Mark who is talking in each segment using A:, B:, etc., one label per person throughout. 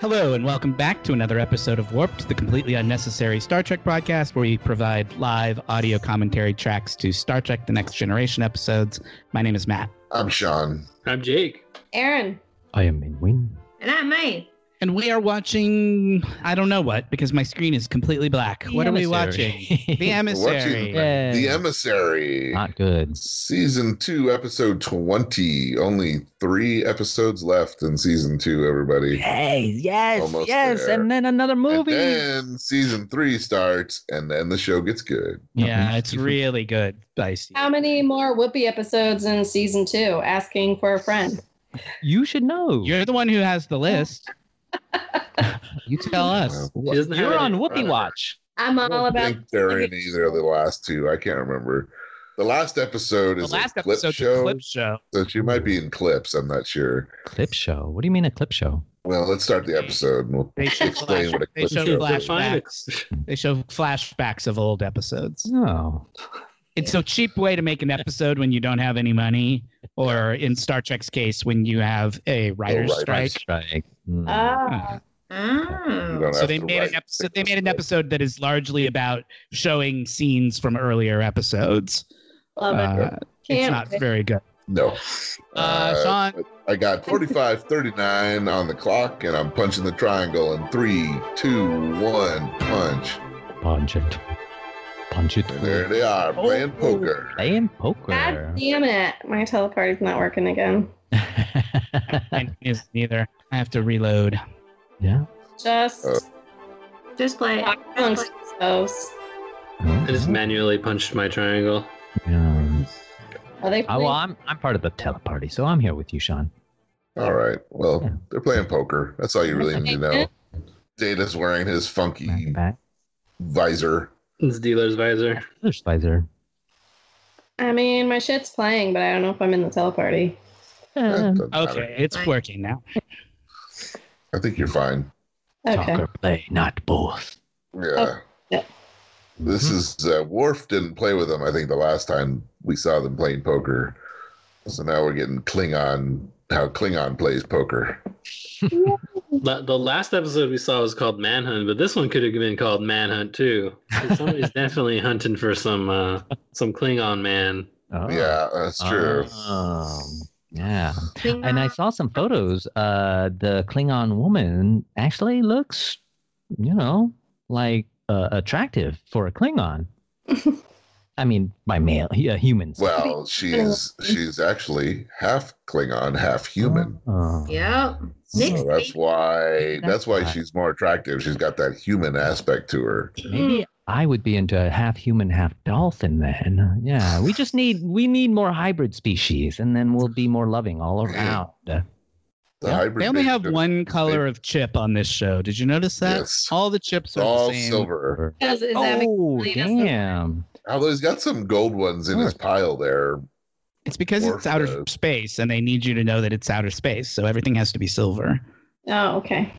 A: Hello, and welcome back to another episode of Warped, the completely unnecessary Star Trek broadcast where we provide live audio commentary tracks to Star Trek The Next Generation episodes. My name is Matt.
B: I'm Sean.
C: I'm Jake.
D: Aaron.
E: I am Min Win.
D: And I'm May.
A: And we are watching, I don't know what, because my screen is completely black.
E: The
A: what are we
E: Emissary.
A: watching? The Emissary.
B: watching-
E: Yeah.
B: The Emissary.
E: Not good.
B: Season 2, episode 20. Only three episodes left in season 2, everybody.
E: Hey, yes,
B: Almost yes, there. and
E: then another movie.
B: And then season 3 starts, and then the show gets good.
A: Yeah,
E: Nothing
A: it's
E: stupid.
A: really good. I see.
D: How many more Whoopi episodes in season two? Asking for a friend.
E: You should know. You're,
A: You're the one who has the list. you tell us.
B: Well,
C: She doesn't have
E: on
C: any.
E: Whoopi
B: Whatever.
E: Watch.
D: I'm
B: Uh, I
D: all
B: don't
D: about.
B: think they're in either of the last two. I can't remember. The last episode
A: The
B: is
A: last
B: a clip
A: episode's
B: show,
A: a clip show.
B: so she might be in clips. I'm not sure.
E: Clip show. What do you mean a clip show?
B: Well, let's start the episode. and We'll
A: They show,
B: explain
A: flash,
B: what a
A: they
B: clip
A: show
B: show is.
A: flashbacks. They show flashbacks of old episodes.
E: No.
A: It's a cheap way to make an episode when you don't have any money, or in Star Trek's case, when you have a writer's
B: writer's
A: strike. Uh,
E: Strike. Mm.
D: Ah.
B: You
D: Mm.
B: don't
A: So
B: have
A: they
B: to
A: made
B: write
A: an episode.
B: six
A: They made an episode that is largely about showing scenes from earlier episodes.
D: Love it.
A: Uh, it's
D: Can't
A: not
D: wait.
A: very good.
B: No.
A: Uh, Sean,
B: I got 45 39 on the clock, and I'm punching the triangle in three, two, one, punch.
E: Punch it. Punch it.
B: And there they are playing poker.
E: Playing
D: God
E: poker.
D: damn it. My teleparty's not working again.
A: mine is neither. I have to reload.
E: yeah.
D: Just.
B: Oh.
D: Just play.
C: I just manually punched my triangle.
E: Yeah.
D: Are they
E: I, well, I'm I'm part of the teleparty, so I'm here with you, Sean.
B: All right. Well, they're playing poker. That's all you really need to know. Data's wearing his funky
E: Back.
B: visor.
C: It's dealer's visor.
E: There's Pfizer.
D: I mean, my shit's playing, but I don't know if I'm in the teleparty.
B: That
E: Uh,
B: doesn't matter.
A: Okay, it's working now.
B: I think you're fine.
D: Okay.
E: Talk or play, not both.
B: Yeah.
D: yeah.
E: Hmm.
B: This is uh, Worf didn't play with them. I think the last time we saw them playing poker. So now we're getting Klingon, how Klingon plays poker.
C: La- The last episode we saw was called Manhunt, but this one could have been called Manhunt too. 'Cause Somebody's definitely hunting for some uh, some Klingon man.
E: Oh.
B: Yeah, that's true.
E: Um, yeah. And I saw some photos. Uh, the Klingon woman actually looks, you know, like uh, attractive for a Klingon. I mean, by male, yeah, humans.
B: Well, she's she's actually half Klingon, half human.
E: Oh.
D: Yep.
B: So that's why that's why
E: That's
B: she's more attractive. She's got that human aspect to her.
D: Mm,
E: Maybe I would be into a half human, half dolphin then. Yeah, we just need we need more hybrid species, and then we'll be more loving all around.
B: The
E: Yeah,
B: hybrid.
A: They only have
B: nature-
A: one color of chip on this show. Did you notice that?
B: Yes.
A: All the chips
B: It's
A: are
B: all
A: the same.
B: silver.
D: Is, is that
E: Oh,
D: that's the-
E: damn!
B: Although he's got some gold ones in his pile there.
A: It's because
B: Or
A: it's outer
B: those.
A: space, and they need you to know that it's outer space, so everything has to be silver.
D: oh, okay.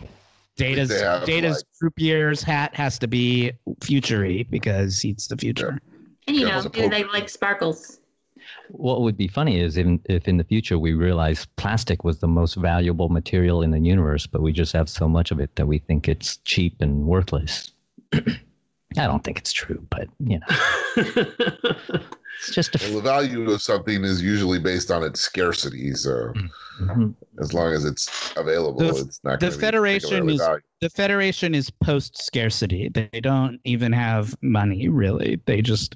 A: Data's
B: They have,
A: Data's croupier's hat has to be futury because he's the future.
F: And you
B: Yeah,
F: know,
B: it's a
F: do they
B: poke.
F: like sparkles?
E: What would be funny is in, if in the future we realize plastic was the most valuable material in the universe, but we just have so much of it that we think it's cheap and worthless. I don't think it's true, but you know, it's just a.
B: Well, the value of something is usually based on its scarcity. So
E: Mhm.
B: as long as it's available,
A: The-
B: it's not.
A: the
B: gonna be
A: Federation
B: particularly
A: is-
B: valuable.
A: The Federation is post scarcity. They don't even have money really. They just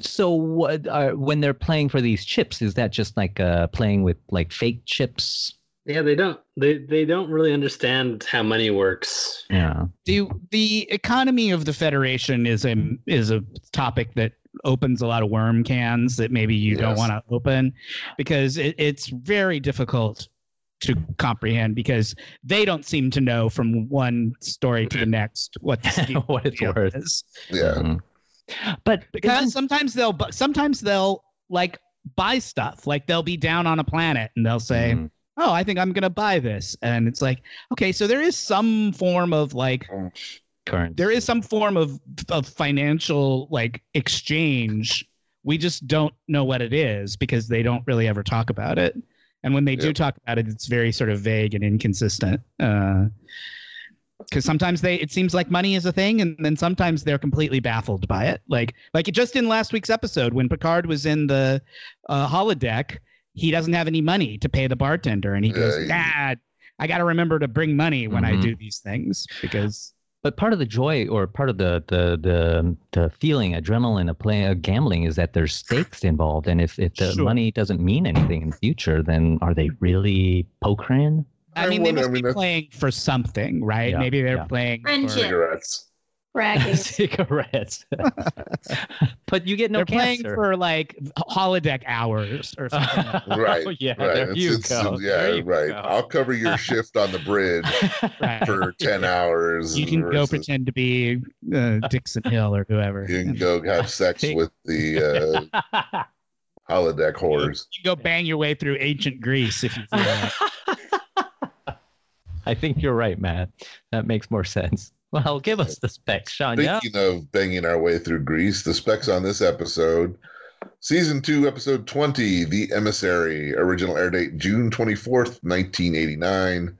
E: So what are, when they're playing for these chips, is that just like uh, playing with like fake chips?
C: yeah, they don't they they don't really understand how money works.
E: Yeah.
A: the the economy of the Federation is a is a topic that opens a lot of worm cans that maybe you don't
B: Yes.
A: want to open because it, it's very difficult to comprehend because they don't seem to know from one story to the next what the steep
E: What it's
A: deal
E: worth.
A: is.
B: Yeah.
E: Mhm. But
A: because sometimes they'll bu- sometimes they'll like buy stuff like they'll be down on a planet and they'll say
E: Mhm.
A: oh i think i'm gonna buy this and it's like okay so there is some form of like
E: current.
A: there is some form of of financial like exchange we just don't know what it is because they don't really ever talk about it And when they do
B: Yep.
A: talk about it, it's very sort of vague and inconsistent. Because sometimes they, it seems like money is a thing, and then sometimes they're completely baffled by it. Like, like it just in last week's episode when Picard was in the uh, holodeck, he doesn't have any money to pay the bartender, and he
B: Yeah,
A: goes,
B: he-
A: "Dad, I got to remember to bring money when I
E: Mhm.
A: do these things because."
E: But part of the joy or part of the the the, the feeling, adrenaline of playing of gambling is that there's stakes involved. And if, if the
A: Sure.
E: money doesn't mean anything in the future, then are they really pokering?
A: I,
B: I
A: mean, they
B: wonder-
A: must
B: I mean,
A: be
B: that's-
A: playing for something, right?
E: Yeah,
A: Maybe they're
E: yeah.
A: playing for-
F: Friendship.
B: Cigarettes.
D: bragging.
E: Cigarettes. but you get no
A: they're playing
E: cancer.
A: for like holodeck hours or something. like
B: Right,
E: Oh, yeah,
B: Right.
E: there
B: it's-
E: you
B: it's-
E: go.
B: Yeah,
E: There you
B: right.
E: go.
B: I'll cover your shift on the bridge
A: that. Right.
B: for 10 hours.
A: You can go
B: versus-
A: pretend to be uh, Dixon Hill or whoever.
B: You can
A: And
B: go have sex
E: think-
B: with the uh, holodeck whores.
A: you can go bang your way through ancient Greece if you feel like.
E: I think you're right, Matt. That makes more sense. Well, give us the specs, Sean. Yeah.
B: Speaking of banging our way through Greece, the specs on this episode, season two, episode 20, The Emissary, original air date June 24th, 1989.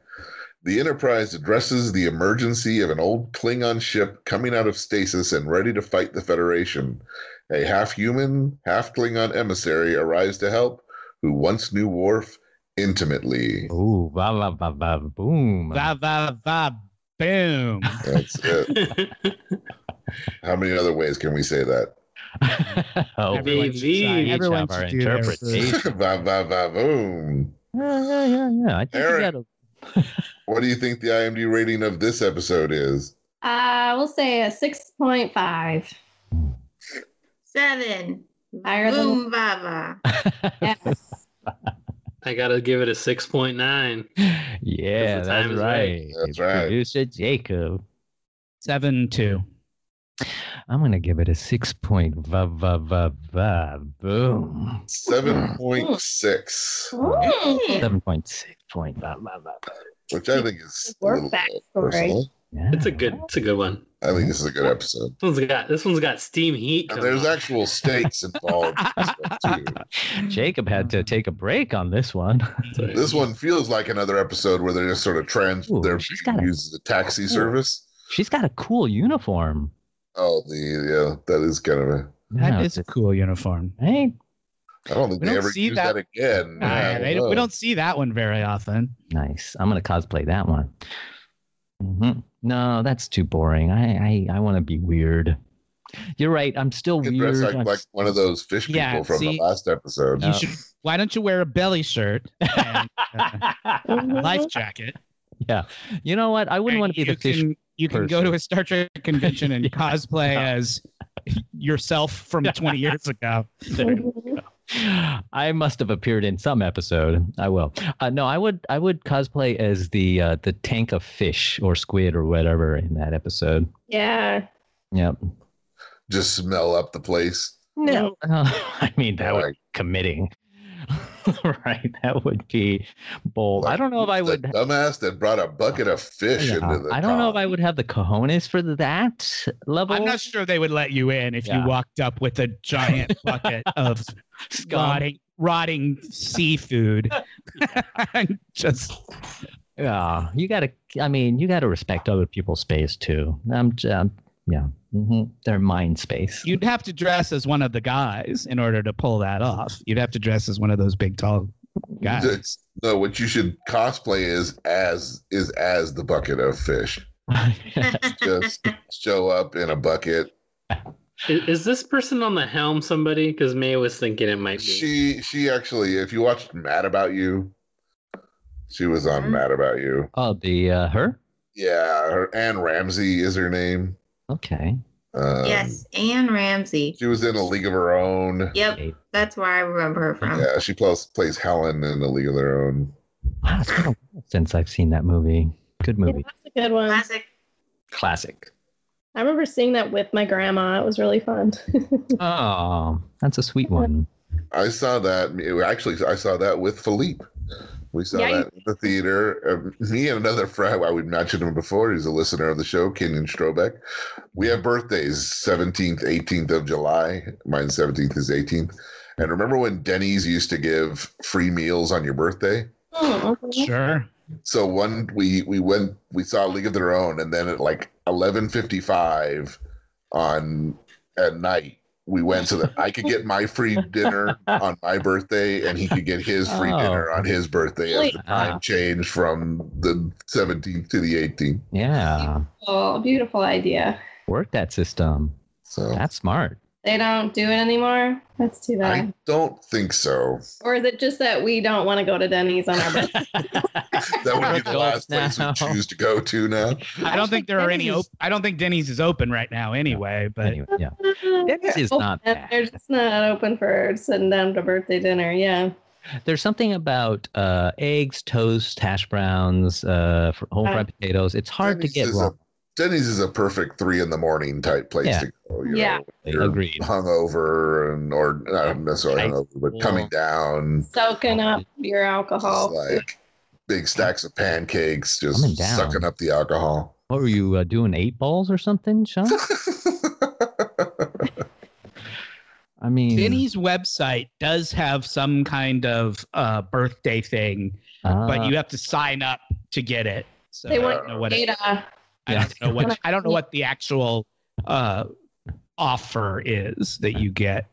B: The Enterprise addresses the emergency of an old Klingon ship coming out of stasis and ready to fight the Federation. A half human, half Klingon emissary arrives to help, who once knew Worf intimately.
E: Ooh, va va va va boom.
A: va va va boom.
B: That's it. Uh, How many other ways can we say that?
E: oh,
C: Every-
A: Everyone should try-
C: Baby.
A: everyone
E: Each have
A: should
E: our
A: do their
E: interpretation.
B: va, va, va, boom.
E: yeah, yeah, yeah, yeah. I think you
B: Eric.
E: gotta-
B: What do you think the IMDb rating of this episode is?
D: I will Uh, say a six point five.
F: Seven.
D: Higher than-
F: Boom, Baba.
D: Yes.
C: I gotta give it a six point nine.
E: yeah,
C: the
E: that's
C: time is
E: right.
C: right.
B: That's right.
E: Producer Jacob.
A: Seven two.
E: I'm gonna give it a six point va va va va boom. Hmm.
A: Hmm.
B: 7.6,
F: Mm.
E: Seven point six point va va va. va.
B: which I think is a
D: Work
B: little
D: back
B: personal.
D: story.
E: Yeah.
C: It's a good. It's a good one.
B: I think this is a good episode.
C: This one's got. This one's got steam heat.
B: And
C: coming
B: there's
C: on.
B: actual stakes involved. in this one, too.
E: Jacob had to take a break on this one.
C: Sorry.
B: This one feels like another episode where they're just sort of trans.
E: Ooh,
B: They're
E: she's got a-
B: uses the taxi service.
E: She's got a cool uniform.
B: Oh, the yeah, that is kind of a.
A: That
E: Yeah,
A: is a
E: it's-
A: cool uniform.
E: Hey,
B: I don't think
A: We
B: they
A: don't
B: ever
A: see
B: use that, again.
A: Ah,
B: I
A: they-
B: know.
A: we don't see that one very often.
E: nice. I'm gonna cosplay that one. Mhm. No, that's too boring. I I, I want to be weird. You're right. I'm still
B: You could dress
E: weird.
B: like,
E: I'm
B: like one of those fish people
A: Yeah,
B: from
A: see?
B: the last episode.
E: Yeah.
A: You should. Why don't you wear a belly shirt and uh, a life jacket?
E: You know what? I wouldn't
A: and
E: want to be
A: you
E: the fish.
A: Can, you can go
E: person.
A: to a Star Trek convention and cosplay as yourself from 20 years ago.
D: Mhm.
E: I must have appeared in some episode. I will. Uh, no, I would. I would cosplay as the uh, the tank of fish or squid or whatever in that episode.
D: Yeah.
E: Yep.
B: Just smell up the place.
D: No.
E: I mean, that would
B: Like,
E: committing. right. That would be bold. I
B: Like,
E: don't know if I would.
B: the dumbass that brought a bucket of fish
E: Yeah,
B: into the
E: I don't know if
B: con.
E: I would have the cojones for that level.
A: I'm not sure they would let you in if
E: Yeah.
A: you walked up with a giant bucket of
E: Scott.
A: rotting, rotting seafood. and just
E: Yeah, you gotta. I mean, you gotta respect other people's space too. I'm. j- I'm yeah. hmm Their mind space.
A: you'd have to dress as one of the guys in order to pull that off. You'd have to dress as one of those big tall guys.
B: That's- No, what you should cosplay is as is as the bucket of fish. Just show up in a bucket.
C: Is, is this person on the helm somebody? Because May was thinking it might be.
B: She she actually, if you watched Mad About You, she was on
F: Mhm.
B: Mad About You.
E: oh, the uh, her.
B: Yeah, her Anne Ramsey is her name.
E: Okay.
B: Um,
F: yes, Anne Ramsey.
B: she was in A League of Her Own.
F: Yep, that's where I remember her from.
B: Yeah, she plays plays Helen in A League of Their Own.
E: Wow, it's been a while since I've seen that movie. Good
D: Yeah,
E: movie.
D: That's a good one.
F: Classic.
E: Classic.
D: I remember seeing that with my grandma. It was really fun.
E: Oh, that's a sweet one.
B: I saw that. Actually, I saw that with Philippe We saw
D: Yeah,
B: that in the theater. Um, me and another friend, well, we've mentioned him before. He's a listener of the show, Kenyon Strobeck. We have birthdays 17th, 18th of July. Mine 17th is 18th. And remember when Denny's used to give free meals on your birthday?
D: Oh, okay.
A: Sure.
B: So one we we went we saw League of Their Own, and then at like eleven fifty five on at night we went so that I could get my free dinner on my birthday, and he could get his free dinner
E: Oh.
B: on his birthday as
D: Wait.
B: the time changed from the seventeenth to the eighteenth.
E: Yeah.
D: Oh, beautiful idea.
E: Work that system.
B: So
E: That's smart.
D: They don't do it anymore. That's too bad.
B: I don't think so.
D: Or is it just that we don't want to go to Denny's on our birthday?
B: That would be the last
E: Adults
B: place we
E: now.
B: choose to go to now.
A: I don't think there are any. Op- I don't think Denny's is open right now, anyway. But
E: anyway, yeah. Denny's is
D: Oh,
E: not
D: and
E: bad.
D: They're just not open for sitting down to birthday dinner. Yeah.
E: There's something about uh, eggs, toast, hash browns, uh, fr- home fried potatoes. It's hard
B: Denny's
E: to get
B: is a-
E: wrong.
B: Denny's is a perfect three in the morning type place
E: Yeah.
B: to go. you
D: Yeah.
B: know. you're-
E: Agreed.
B: hungover and or not necessarily
E: Right.
B: hungover, but coming down,
D: Soaking up your
B: just
D: alcohol.
B: like big stacks of pancakes, just
E: Coming down.
B: sucking up the alcohol.
E: What were you uh, doing? Eight balls or something, Sean? I mean,
A: Denny's website does have some kind of uh, birthday thing,
E: uh,
A: but you have to sign up to get it. So
D: They
A: I
D: want
A: don't know what it-
D: Data.
A: I
E: Yeah.
A: don't know what I don't know what the actual uh, offer is that you get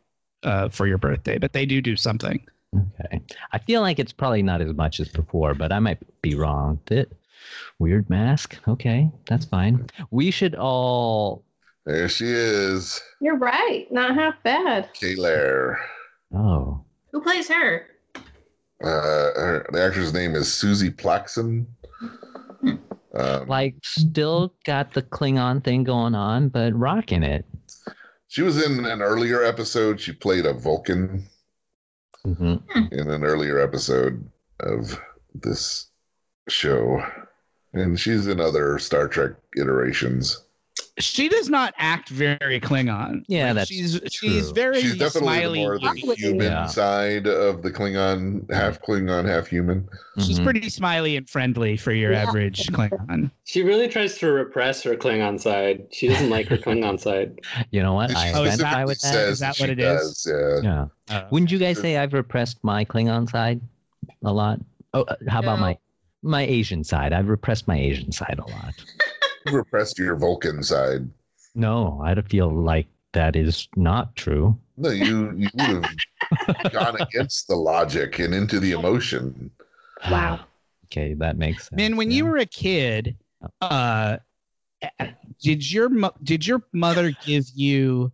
A: uh, for your birthday, but they do do something.
E: Okay. I feel like it's probably not as much as before, but I might be wrong. That weird mask. Okay, that's fine. We should all.
B: there she is,
D: You're right. Not half bad.
B: Kaylair.
E: Oh,
F: Who plays her?
B: Uh, her, the actress' name is Susie Plaxen. Um,
E: like still got the Klingon thing going on, but rocking it.
B: she was in an earlier episode. She played a Vulcan
E: hmm
B: in an earlier episode of this show, and she's in other Star Trek iterations.
A: She does not act very Klingon.
E: Yeah, that's
A: she's she's
E: true.
A: very
B: She's definitely the
A: smiley.
B: more the
D: wacky.
B: human
E: Yeah.
B: side of the Klingon, half Klingon, half human.
E: mm-hmm.
A: She's pretty smiley and friendly for your
D: Yeah.
A: average Klingon.
C: She really tries to repress her Klingon side. She doesn't like her Klingon side.
E: You know what?
B: She
E: I
A: Oh, is
E: identify
A: that-
E: with that.
B: says
A: Is that
B: she
A: what it is?
B: does, Yeah.
E: yeah. Wouldn't you guys say I've repressed my Klingon side a lot? Oh, uh, how about my my Asian side? I've repressed my Asian side a lot.
B: You repressed your Vulcan side.
E: No, I don't feel like that is not true.
B: No, you you would have gone against the logic and into the emotion.
D: Wow.
E: Okay, that makes sense.
A: Man, when you
E: yeah.
A: were a kid, uh, did your mo- did your mother give you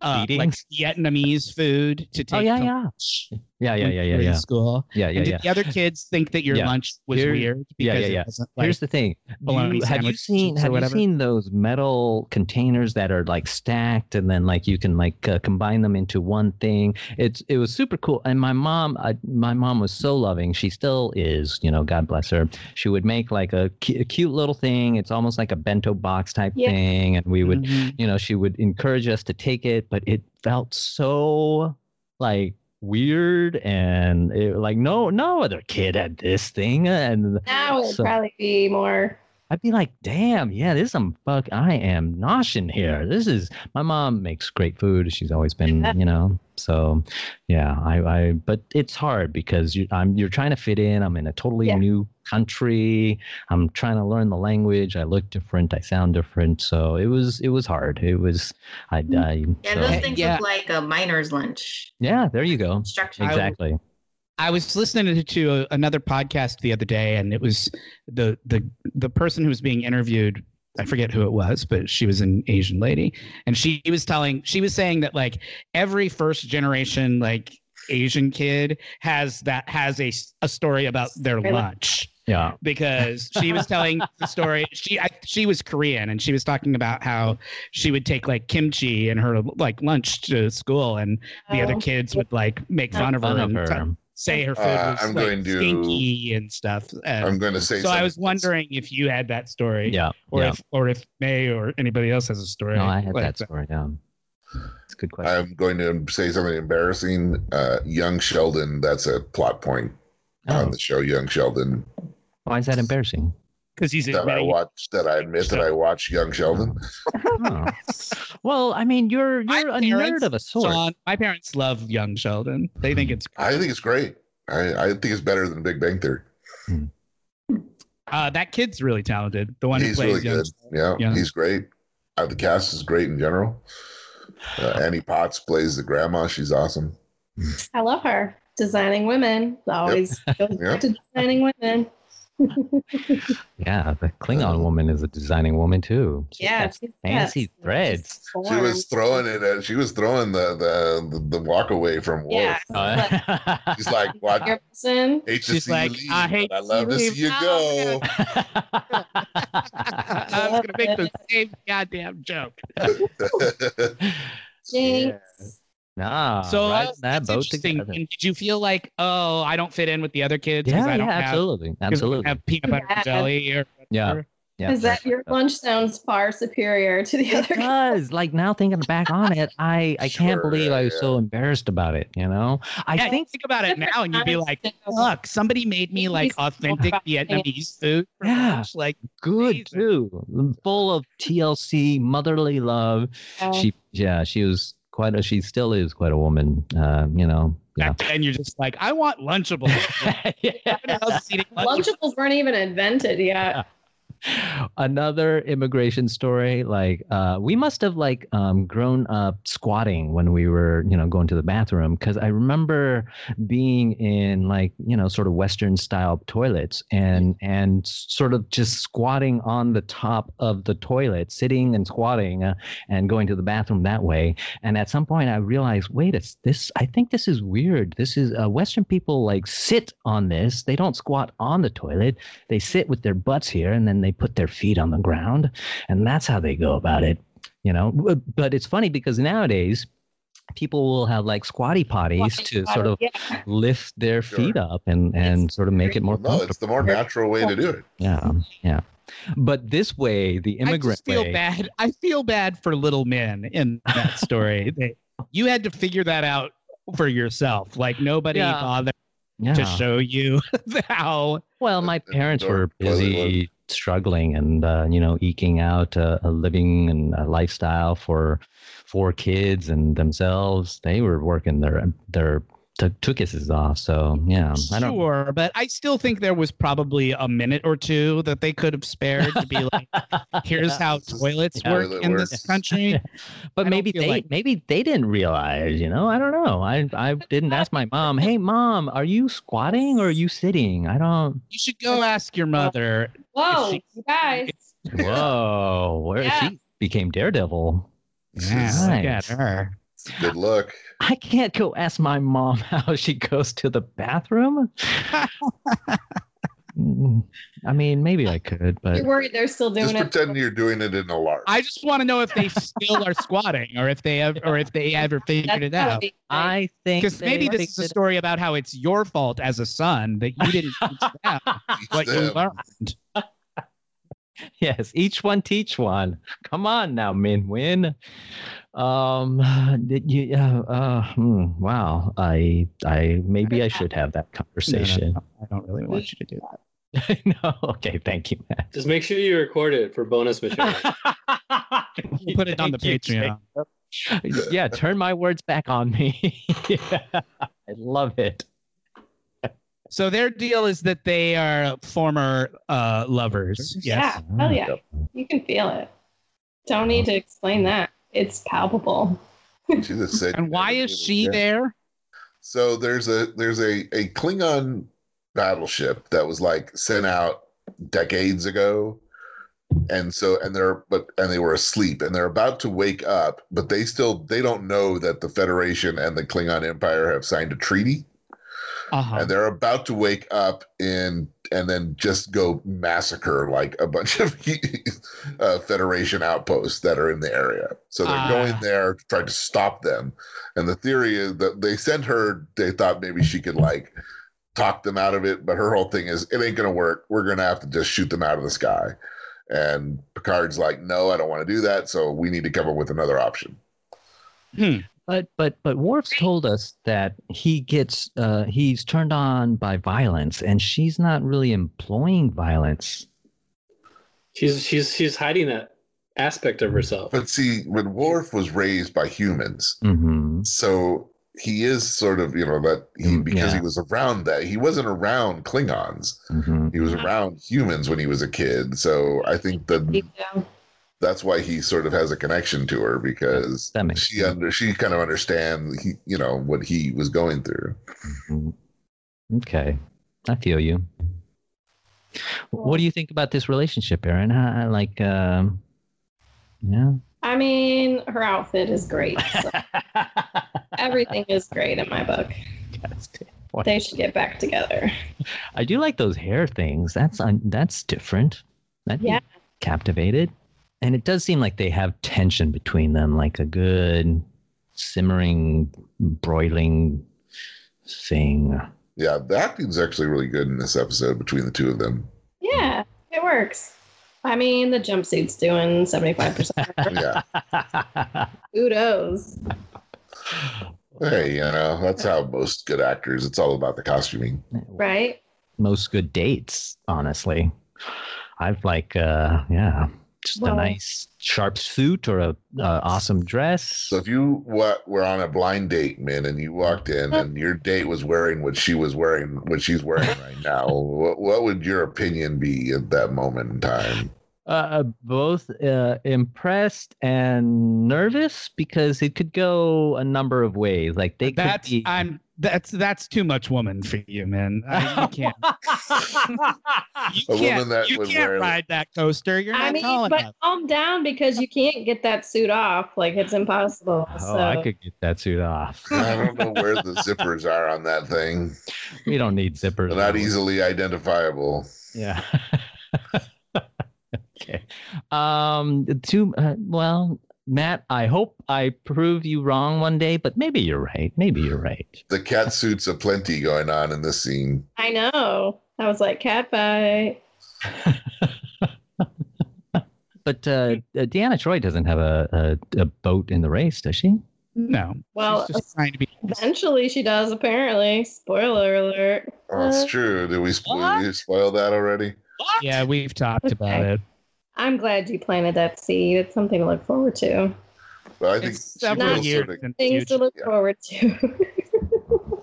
A: uh, like
E: Feedings?
A: Vietnamese food to take?
E: oh yeah,
A: to
E: yeah,
A: lunch
E: yeah, yeah,
A: when
E: yeah,
A: you
E: yeah,
A: were in
E: yeah,
A: School.
E: yeah, yeah,
A: and did
E: yeah.
A: the other kids think that your
E: Yeah.
A: lunch was
E: Here-
A: weird
E: yeah,
A: because
E: yeah, yeah.
A: it wasn't like
E: Here's the thing.
A: bologna
E: You, have you
A: sandwich
E: seen
A: chips or
E: have you
A: whatever?
E: seen those metal containers that are like stacked and then like you can like uh, combine them into one thing? It's it was super cool. And my mom, I, my mom was so loving. She still is, you know. God bless her. She would make like a, cu- a cute little thing. It's almost like a bento box type
D: Yeah.
E: thing, and we would
A: Mhm.
E: you know she would encourage us to take it but it felt so like weird and it, like no no other kid had this thing and
D: Now it'd
E: So-
D: probably be more.
E: i'd be like damn yeah this is some fuck i am noshing here this is my mom makes great food she's always been you know so yeah i i but it's hard because you i'm you're trying to fit in i'm in a totally
D: Yeah.
E: new country i'm trying to learn the language i look different i sound different so it was it was hard it was i i
F: Mm. Yeah,
E: so-
F: those things
A: Yeah.
F: look like a miner's lunch
E: Yeah, there you go.
F: structure.
E: Exactly.
A: I was listening to, to a, another podcast the other day, and it was the the the person who was being interviewed. I forget who it was, but she was an Asian lady, and she was telling she was saying that like every first generation like Asian kid has that has a s- a story about their
D: Really?
A: lunch
E: Yeah.
A: because she was telling the story. She I, she was Korean and she was talking about how she would take like kimchi in her like lunch to school, and the other
D: Oh. Uh-huh.
A: kids would like make fun of her
E: Fun of
A: and t-
E: her.
A: say her food
B: Uh,
A: was
B: I'm
A: like,
B: going to-
A: stinky and stuff. Uh,
B: I'm going to say.
A: so I was
B: something.
A: wondering if you had that story,
E: Yeah.
A: or
E: yeah.
A: if or if May or anybody else has a story.
E: no, I had
A: like
E: that story down. It's a good question.
B: I'm going to say something embarrassing. Uh, young Sheldon. That's a plot point.
E: Oh,
B: on the show Young Sheldon
E: why is that embarrassing?
G: because he's
B: that I
G: admitting
B: watched that I admit that I watched Young Sheldon.
E: Oh. Well, I mean, you're
A: My
E: you're a nerd
A: parents
E: of a sort.
A: John, my parents love Young Sheldon. They think it's
B: I think it's great. I, I think it's better than Big Bang Theory.
A: uh, that kid's really talented. The one who
B: He's
A: plays
B: really
A: Young.
B: good. Yeah,
A: Yeah.
B: he's great. Uh, the cast is great in general. Uh, Annie Potts plays the grandma. She's awesome.
D: I love her. Designing women. Always goes back to designing women.
E: Yeah, the Klingon woman is a designing woman too. She's
D: yeah.
E: got
D: she's the
E: fancy
D: best.
E: threads.
B: She was throwing it. At, she was throwing the the the, the walk away from Worf.
D: Yeah.
E: Uh,
B: She's like, "What?
D: Your person.
B: Hate to
A: She's
B: see you
A: like,
B: E leave,
A: I hate
B: but I
A: to
B: love to
A: see you
B: see you
A: leave.
B: go."
D: I was gonna make the
A: same goddamn joke.
D: Jinx.
E: nah,
A: so
E: riding
A: that's,
E: that
A: that's
E: boat
A: interesting.
E: together.
A: And did you feel like, oh, I don't fit in with the other kids
E: Yeah,
A: I don't
E: yeah,
A: have, 'cause
E: absolutely,
A: I don't
E: absolutely.
A: have peanut butter and
D: Yeah.
A: jelly or
E: Yeah.
A: whatever.
E: yeah,
D: Because that your lunch sounds far superior to the
E: it
D: other.
E: does. Like now thinking back on it, I I can't
B: Sure,
E: believe I was
B: yeah.
E: so embarrassed about it. You know, I
A: Yeah,
E: think
A: think about it now, and you'd be like,
D: Honestly.
A: "Look, somebody made me like authentic Vietnamese food." for
E: Yeah.
A: lunch." like
E: good
A: amazing.
E: too, full of TLC, motherly love.
D: Oh.
E: She yeah, she was quite a. She still is quite a woman. Uh, you know. Yeah.
A: back then, you're just like, "I want Lunchables."
E: Yeah.
A: Everybody else is eating Lunchables.
D: Lunchables weren't even invented yet.
E: Another immigration story. Like uh, we must have like um, grown up squatting when we were, you know, going to the bathroom because I remember being in like you know sort of Western style toilets and and sort of just squatting on the top of the toilet, sitting and squatting uh, and going to the bathroom that way. And at some point, I realized, wait, it's this. I think this is weird. This is uh, Western people like sit on this. They don't squat on the toilet they sit with their butts here and then they put their feet on the ground and that's how they go about it you know W- but it's funny because nowadays people will have like squatty potties to sort of
D: Yeah.
E: lift their
B: Sure.
E: feet up and and sort of make it more
B: no, it's
E: comfortable
B: the more natural way to do it.
E: yeah yeah but this way the immigrant
A: I just feel
E: way
A: bad. I feel bad for little men in that story. They- you had to figure that out for yourself. Like nobody
E: Yeah.
A: bothered
E: yeah.
A: to show you how.
E: Well, my
B: That's- that's
E: parents were
B: dark, well, it
E: busy struggling and uh, you know eking out a, a living and a lifestyle for four kids and themselves. They were working their their t- tuchuses off. So yeah, Um, I don't.
A: Sure, but I still think there was probably a minute or two that they could have spared to be like, "Here's
E: Yeah.
A: how
B: This is-
A: toilets
E: Yeah.
A: work
B: Toilet
A: in
B: works.
A: this country."
E: But
A: I don't
E: maybe
A: feel
E: they
A: like-
E: maybe they didn't realize. You know, I don't know. I I didn't ask my mom. Hey, mom, are you squatting or are you sitting? I don't.
A: You should go ask your mother.
D: Whoa,
A: She-
D: you guys.
E: Whoa, where
D: Yeah.
E: she became daredevil.
A: Yeah, look at
E: Nice.
A: her.
B: Good luck.
E: I can't go ask my mom how she goes to the bathroom. Mm, I mean, maybe I could, but
D: You're worried they're still doing
B: Just
D: it.
B: pretend you're doing it in a lark.
A: I just want to know if they still are squatting, or if they ever, or if they ever
D: That's
A: figured it
D: gotta
A: out.
D: be-
E: I think
A: Because
E: they
A: maybe this is
E: fixed
A: a
E: it.
A: story about how it's your fault as a son that you didn't teach them
B: Teach
A: what you
B: them.
A: learned.
E: Yes, each one teach one. Come on now, Min Win. Um, did you? Uh, uh, hmm, wow, I, I maybe I should have that conversation.
A: I don't really want you to do that.
E: No, okay, thank you, Matt.
C: Just make sure you record it for bonus material.
A: We'll put it on the
E: Thank you,
A: Patreon.
E: Jake. yeah, turn my words back on me. I love it.
A: So their deal is that they are former uh, lovers. Yes.
D: Yeah, hell yeah. You can feel it. Don't need to explain that. It's palpable.
B: She just said-
A: And why is she
B: Yeah.
A: there?
B: So there's a there's a a Klingon battleship that was like sent out decades ago, and so and they're but and they were asleep and they're about to wake up, but they still they don't know that the Federation and the Klingon Empire have signed a treaty,
A: Uh-huh.
B: and they're about to wake up in and then just go massacre like a bunch of uh, Federation outposts that are in the area. So they're
A: Ah.
B: going there to try to stop them. And the theory is that they sent her, they thought maybe she could like talk them out of it, but her whole thing is it ain't going to work. We're going to have to just shoot them out of the sky. And Picard's like, no, I don't want to do that. So we need to come up with another option.
A: Hmm.
E: But but but Worf's told us that he gets uh, he's turned on by violence, and she's not really employing violence.
C: She's she's she's hiding that aspect of herself.
B: But see, when Worf was raised by humans,
E: Mm-hmm.
B: so he is sort of you know that he
E: Mm,
B: because
E: yeah.
B: he was around that he wasn't around Klingons.
E: hmm
B: He was around humans when he was a kid, so I think that
D: Yeah.
B: that's why he sort of has a connection to her because
E: That makes
B: she
E: sense.
B: under she kind of understands he you know what he was going through.
E: Mhm. Okay, I feel you. What do you think about this relationship, Aaron? Huh? Like, um, yeah,
D: I mean, her outfit is great. so everything is great in my book. They should get back together.
E: I do like those hair things. That's un- that's different. That
D: Yeah.
E: captivated, and it does seem like they have tension between them, like a good simmering, broiling thing.
B: Yeah, the acting's actually really good in this episode between the two of them.
D: Yeah, it works. I mean, the jumpsuit's doing 75%. of work.
B: Yeah,
D: Kudos.
B: hey, you know that's how most good actors. It's all about the costuming.
D: Right?
E: most good dates, honestly. I've like, uh, yeah, just a
D: Well-
E: nice sharp suit or a uh, awesome dress.
B: So if you wa were on a blind date, man, and you walked in and your date was wearing what she was wearing, what she's wearing right now, what, what would your opinion be at that moment in time?
E: Uh, both uh, impressed and nervous because it could go a number of ways. Like they
A: That's
E: could be.
A: I'm that's that's too much woman for you, man. I, you can't. You
B: A woman
A: can't,
B: that
A: you
B: would
A: can't
B: wear-
A: ride that coaster. You're not
D: I
A: tall
D: mean,
A: enough.
D: but calm down because you can't get that suit off. Like, it's impossible.
E: oh,
D: so.
E: I could get that suit off.
B: I don't know where the zippers are on that thing.
E: we don't need
B: They're
E: zippers. on
B: not
E: this.
B: easily identifiable.
E: Yeah. okay. Um. Two. Uh, well, Matt. I hope I prove you wrong one day, but maybe you're right. Maybe you're right.
B: The cat suits are plenty going on in this scene.
D: I know. I was like, cat fight.
E: But
A: Hmm.
E: uh, uh, Deanna Troy doesn't have a, a a boat in the race, does she?
A: No.
D: Well,
A: she's just trying to be.
D: eventually she does, apparently. Spoiler alert.
B: Oh, it's true. Did we, spo- did we spoil that already?
A: Yeah, we've talked about
D: Okay.
A: it.
D: I'm glad you planted that seed. It's something to look forward to.
B: But I think
A: It's
B: she
A: several
B: feels
A: years
B: sort of,
A: in the
D: Things to
A: future.
D: look
B: yeah.
D: forward to.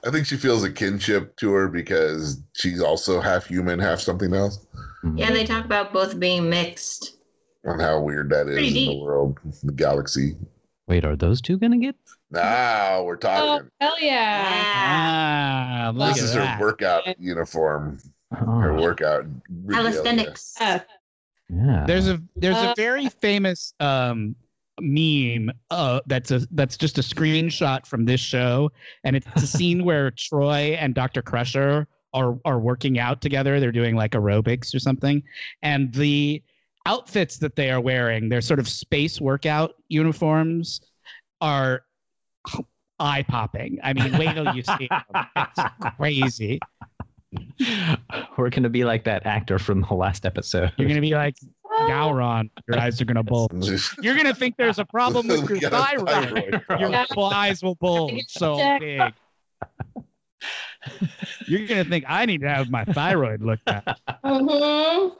B: I think she feels a kinship to her because she's also half human, half something else,
E: Hmm.
F: Yeah, and they talk about both being mixed.
B: and how weird that is
F: Pretty
B: in the
F: deep.
B: world, the galaxy.
E: Wait, are those two gonna get?
B: Now we're
D: oh,
B: talking.
D: hell yeah.
F: Yeah.
A: Ah, look
B: this
A: at
B: is
A: that.
B: her workout uniform, her
E: Oh,
B: workout. regalia.
F: Calisthenics.
D: Yeah.
E: yeah.
A: There's a there's
D: Uh,
A: a very famous um meme uh that's a that's just a screenshot from this show and it's a scene where Troy and Dr. Crusher are are working out together they're doing like aerobics or something and the outfits that they are wearing their sort of space workout uniforms are eye popping i mean wait till you see them. it's crazy
E: We're gonna be like that actor from the last episode.
A: you're going to be like Gowron your eyes are going to bulge You're gonna think there's a problem with
B: We
A: your
B: got a
A: thyroid. Your
B: problem.
D: Yeah.
A: little eyes will bulge so
D: Check.
A: big. You're gonna think I need to have my thyroid looked at.
D: Mhm.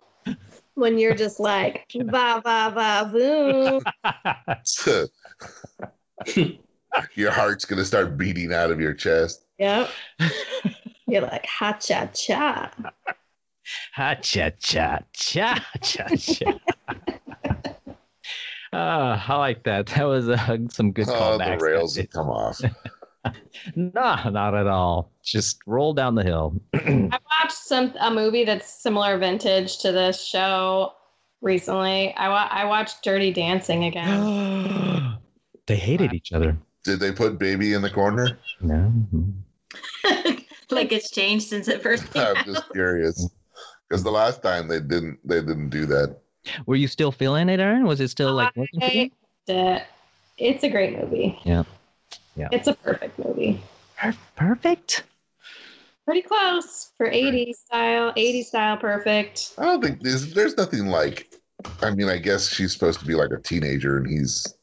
D: When you're just like, va, va, va, boom.
B: your heart's gonna start beating out of your chest.
D: Yep. You're like, ha, cha, cha.
E: Ha cha cha cha cha cha. Ah, I like that. That was uh, some good
B: Oh, the
E: callbacks.
B: rails have come off.
E: No, not at all. Just roll down the hill.
D: I watched some a movie that's similar vintage to this show recently. I, wa- I watched Dirty Dancing again.
E: they hated each other. mm-hmm.
B: Did they put baby in the corner?
E: No.
F: like it's changed since it first came
B: I'm
F: out.
B: just curious because the last time they didn't they didn't do that.
E: Were you still feeling it, Aaron? Was it still like working for you?
D: I loved it. It's a great movie.
E: Yeah. Yeah.
D: It's a perfect movie.
E: Per- perfect?
D: Pretty close for 80s style, 80s style perfect.
B: I don't think there's there's nothing like. I mean, I guess she's supposed to be like a teenager and he's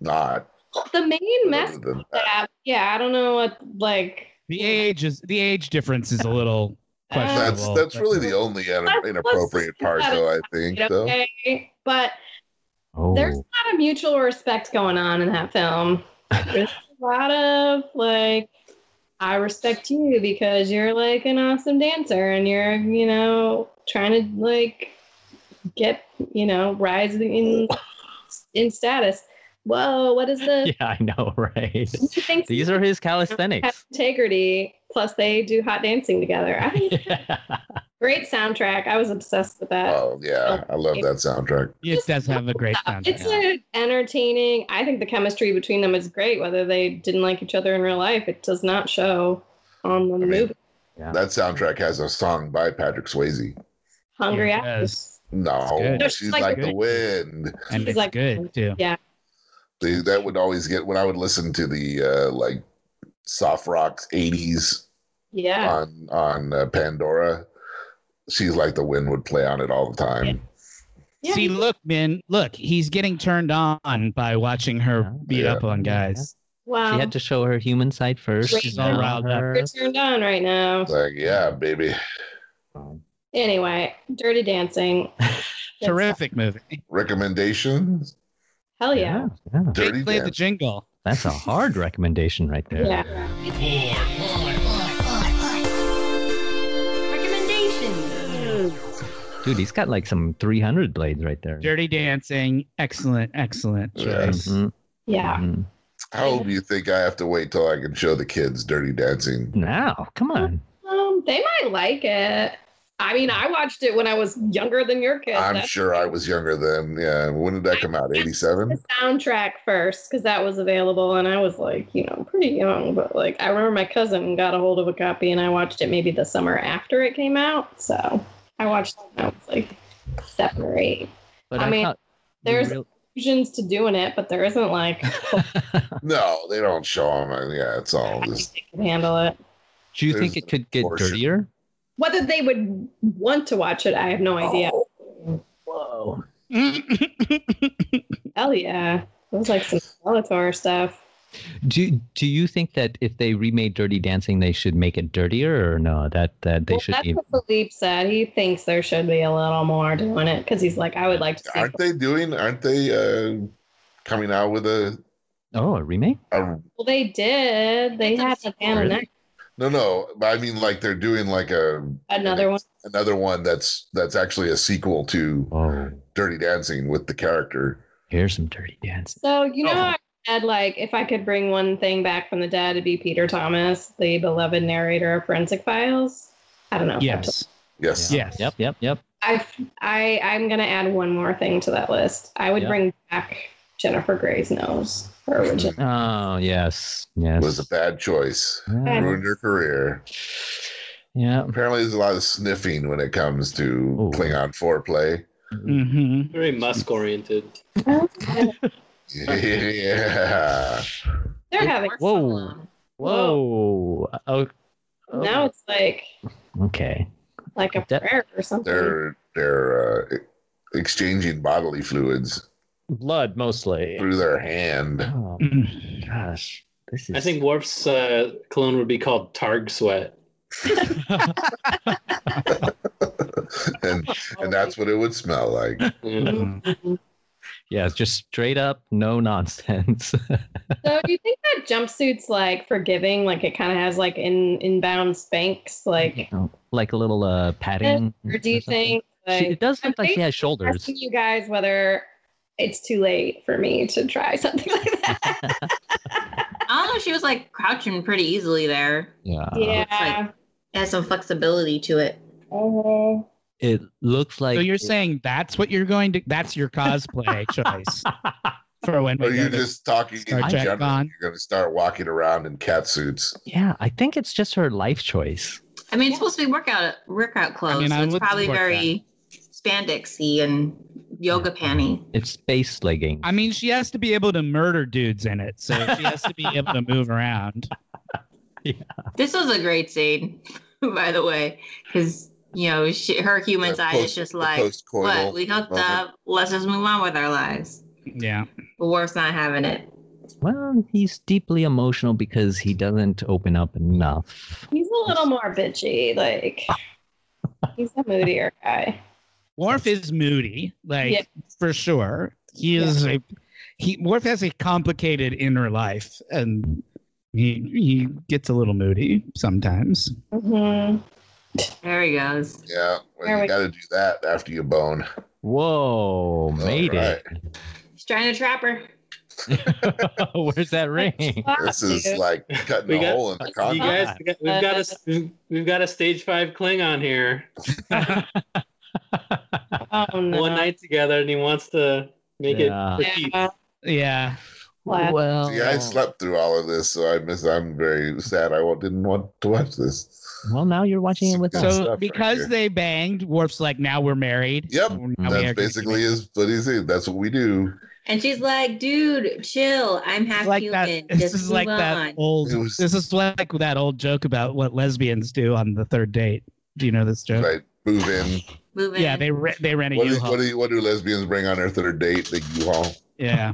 B: not.
D: The main message
B: Other than
D: of that, yeah, I don't know what like
A: The age is the age difference is a little
D: uh,
B: That's that's really the only in-
D: Let's-
B: inappropriate part, though. I think though.
D: okay, but
E: Oh,
D: there's not a mutual respect going on in that film. There's a lot of like, I respect you because you're like an awesome dancer and you're, you know, trying to like get, you know, rise in in status. Whoa, what is this?
E: yeah, I know, right?
D: He thinks
E: These are his calisthenics.
D: has integrity. Plus, they do hot dancing together. I think great soundtrack. I was obsessed with that.
B: Oh yeah, I love that soundtrack.
A: It does have a great sound.
D: It's a entertaining. I think the chemistry between them is great. Whether they didn't like each other in real life, it does not show on the
B: mean-
D: movie.
B: That soundtrack has a song by Patrick Swayze.
D: Hungry
A: Yeah, it
D: Eyes.
B: No,
A: It's good.
B: she's
D: Like-
B: like the wind.
A: and
D: He's
A: it's
D: like-
A: good too.
B: They, that would always get when I would listen to the uh, like soft rock '80s
D: Yeah.
B: on on uh, Pandora. She's like the wind would play on it all the time.
D: yeah.
A: See, look, man, look, he's getting turned on by watching her beat
B: Yeah.
A: up on guys.
D: wow.
E: She had to show her human side first.
D: She's all
E: now
A: riled up.
E: her-
D: You're turned on right now.
B: It's like yeah, baby,
D: Anyway, Dirty Dancing. Good
A: Terrific movie.
B: recommendations.
D: stuff. Hell yeah.
E: yeah, yeah.
B: Dirty
A: Jake played the
B: dance.
A: jingle.
E: That's a hard recommendation right there.
D: Yeah.
F: Recommendations.
E: Dude, he's got like some 300 blades right there.
A: Dirty Dancing. Excellent, excellent
B: Yeah.
A: choice.
E: Mhm,
D: Yeah.
E: mhm.
B: How old do you think I have to wait till I can show the kids Dirty Dancing?
E: Now, come on.
D: Um, they might like it. I mean, I watched it when I was younger than your kid.
B: I'm
D: That's
B: sure I was younger then. Yeah, when did that come out?
D: the
B: '87.
D: soundtrack first because that was available, and I was like, you know, pretty young, but like, I remember my cousin got a hold of a copy, and I watched it maybe the summer after it came out. So I watched it when I was like seven or eight.
E: But
D: I mean,
E: thought you
D: there's-
E: real-
D: Fusions to doing it, but there isn't like I
B: No, they don't show them. Yeah, it's all just
D: can handle it.
E: do you think
B: there's
E: it could get
B: portion.
E: dirtier?
D: Whether they would want to watch it, I have no idea.
E: Oh. Whoa.
D: Hell yeah, it was like some Bellator stuff.
E: Do do you think that if they remade Dirty Dancing, they should make it dirtier or no? That that they
D: Well,
E: should
D: that's
E: even,
D: what Philippe said. He thinks there should be a little more doing it because he's like, I would like to see.
B: aren't they doing aren't they uh coming out with a,
E: oh a remake?
B: a
D: Well, they did. They had
F: That's a
D: Havana
E: secret.
D: Night,
B: no no but i mean like they're doing like a
D: another one.
B: another one that's that's actually a sequel to
E: Whoa,
B: dirty dancing with the character
E: here's some Dirty Dancing.
D: So you know,
E: Oh.
D: I said like if I could bring one thing back from the dead, it'd be Peter Thomas, the beloved narrator of Forensic Files. I don't know. if I've told-
A: yes.
B: yes
A: Yeah. Yes.
E: Yep. Yep. Yep.
D: I I I'm gonna add one more thing to that list. I would
E: Yeah.
D: bring back Jennifer Grey's nose. Her original.
E: Oh yes. Yes.
B: was a bad choice
E: yeah.
B: ruined her career
E: yeah.
B: apparently there's a lot of sniffing when it comes to
E: Ooh.
B: klingon foreplay
E: Mm-hmm.
A: hmm
B: Mm-hmm.
C: Very musk oriented.
B: yeah
D: They're having
E: Whoa. Whoa. Oh, oh,
D: now it's like
E: Okay.
D: like a
E: That-
D: prayer or something.
B: they're they're uh, exchanging bodily fluids
E: Blood mostly.
B: through their hand
E: Oh gosh, this is.
C: I think Warp's uh, clone would be called Targ Sweat.
B: and and that's what it would smell like
C: Yeah.
E: yeah, it's just straight up no nonsense.
D: So do you think that jumpsuit's like forgiving? Like it kind of has like in inbound spanks, like
E: like a little uh padding.
D: or do you
E: something.
D: think
E: She-
D: like
E: it does look
D: I'm
E: like she has shoulders.
D: asking you guys whether it's too late for me to try something like that?
F: I don't know. She was like crouching pretty easily there.
E: Yeah.
D: yeah.
F: It has some flexibility to it.
D: Oh.
E: It looks like.
A: so you're saying that's what you're going to? That's your cosplay choice for when we
B: Are
A: go
B: you
A: to-
B: just talking
A: Star
B: in
A: Trek
B: general?
A: on.
B: You're going to start walking around in cat suits.
E: yeah, I think it's just her life choice.
F: I mean, it's supposed to be workout workout clothes.
A: mean,
F: so
A: I
F: it's
A: would
F: probably
A: support
F: very spandexy and yoga panty.
E: It's space legging.
A: I mean, she has to be able to murder dudes in it, so she has to be able to move around.
F: This was a great scene, by the way, because you know she, her human
B: The
F: side
B: post-
F: is just
B: the
F: like,
B: postcoital
F: what we hooked
B: moment.
F: up. Let's just move on with our lives.
A: Yeah.
F: But Worf's not having it.
E: Well, he's deeply emotional because he doesn't open up enough.
D: He's a little more bitchy. Like he's a moodier guy.
A: Worf is moody, like
D: Yeah.
A: for sure. He is a he. Worf has a complicated inner life, and he he gets a little moody sometimes.
D: hmm
F: There he goes.
B: Yeah, well,
D: There
B: you
D: we-
B: got to do that after you bone.
E: Whoa, made
F: He's trying to trap her.
E: it. Where's that ring?
D: Mm-hmm.
B: This is
D: Dude.
B: like cutting
C: We
B: a
C: got-
B: hole in the
C: You
B: concrete.
C: guys, we've got a we've- we've got a stage five Klingon here.
D: oh, no.
C: One night together, and he wants to make
E: Yeah.
C: it. Petite.
D: Yeah.
A: Yeah,
D: Wow.
F: Oh,
E: Well,
B: See, I slept through all of this, so I miss. I'm very sad. I wa- didn't want to watch this.
E: Well, now you're watching it with
B: Good
E: us.
B: stuff
A: so
B: right
A: because
B: here.
A: they banged, Worf's like, now we're married.
B: Yep,
A: Now we are
B: that's
A: gonna be
B: basically
A: married."
B: is what he said. That's what we do.
F: And she's like, dude, chill. I'm half
A: It's like that.
F: human.
A: This
F: Just
A: is
F: move
A: like
F: on.
A: that old.
B: It was-
A: This is like that old joke about what lesbians do on the third date. Do you know this joke?
B: Right, move in.
F: Move in.
A: Yeah, they re- they ran a
B: What, is,
A: U-Haul.
B: what, do, what do lesbians bring on their third date? The U-Haul.
A: yeah,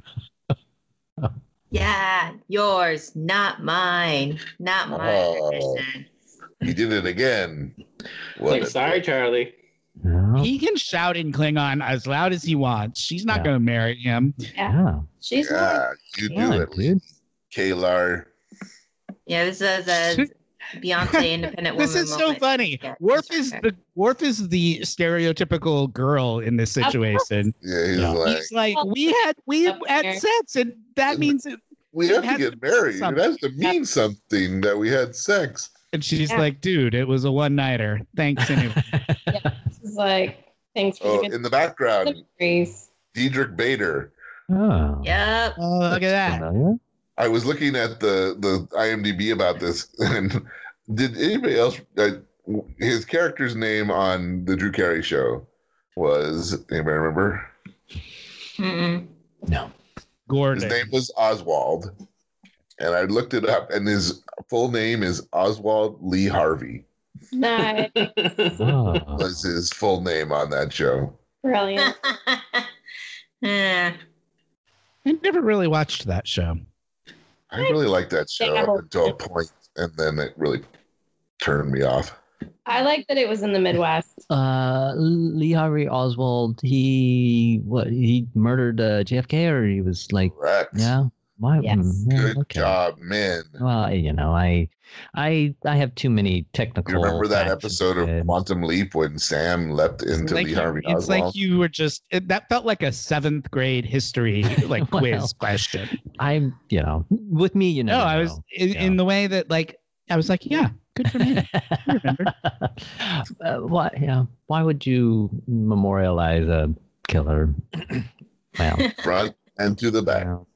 F: Yeah, yours, not mine. Not mine.
B: Oh.
F: Anderson.
B: You did it again. What
C: Like,
B: a-
C: sorry, Charlie.
E: Yeah.
A: he can shout in Klingon as loud as he wants. She's not
E: Yeah.
A: going to marry him.
E: Yeah.
D: She's yeah.
B: Yeah, you do
E: Yeah,
B: it,
E: dude.
B: Kalar.
F: Yeah, this is a Beyonce independent woman.
A: This is so
F: moment.
A: funny.
F: Yeah,
A: Worf
F: that's
A: is
F: right.
A: the Worf is the stereotypical girl in this
D: Of course.
A: situation.
B: Yeah, he's
E: Yeah.
B: like,
A: He's like, we had we
D: Up
A: had
D: there.
A: sex, and that means. It,
B: we
A: it
B: have to
A: has to
B: get
A: mean
B: married. It
A: something.
B: has to mean something that we had sex.
A: and she's
D: Yeah.
A: like, dude, it was a one nighter. Thanks anyway.
D: She's like, thanks for
B: Oh,
D: the
B: in
D: good
B: the background,
D: memories.
B: Diedrich Bader.
E: Oh.
F: Yep.
A: oh, look at
E: That's
A: that.
E: familiar.
B: I was looking at the the IMDb about this, and did anybody else? Uh, his character's name on the Drew Carey show was anybody remember?
F: Mm-mm.
B: His
A: Gordon.
B: name was Oswald, and I looked it up, and his full name is Oswald Lee Harvey.
D: Nice.
E: Oh.
B: Was his full name on that show?
D: Brilliant.
F: yeah.
A: I never really watched that show.
B: I really liked that show up
D: Dabble.
B: until a point, and then it really turned me off.
D: I like that it was in the Midwest.
E: Uh, Lee Harvey Oswald. He what? He murdered uh, JFK, or he was like,
B: Correct.
E: yeah. Why?
D: Yes.
E: mm, yeah,
B: Good
E: okay.
B: job, men.
A: Oh,
E: Well, you know, I, I, I have too many technical.
B: You remember that
E: facts
B: episode
E: and-
B: of Quantum Leap when Sam leapt into
A: like
B: Lee
A: you-
B: Harvey
A: it's
B: Oswald?
A: like you were just it, that felt like a seventh grade history like
E: Wow.
A: quiz question.
E: I'm, you know, with me, you know.
A: No, I was in, in the way that like I was like, yeah, good for me. I remembered.
E: uh, why? Yeah. Why would you memorialize a killer? well,
B: Front and to the back.
E: well,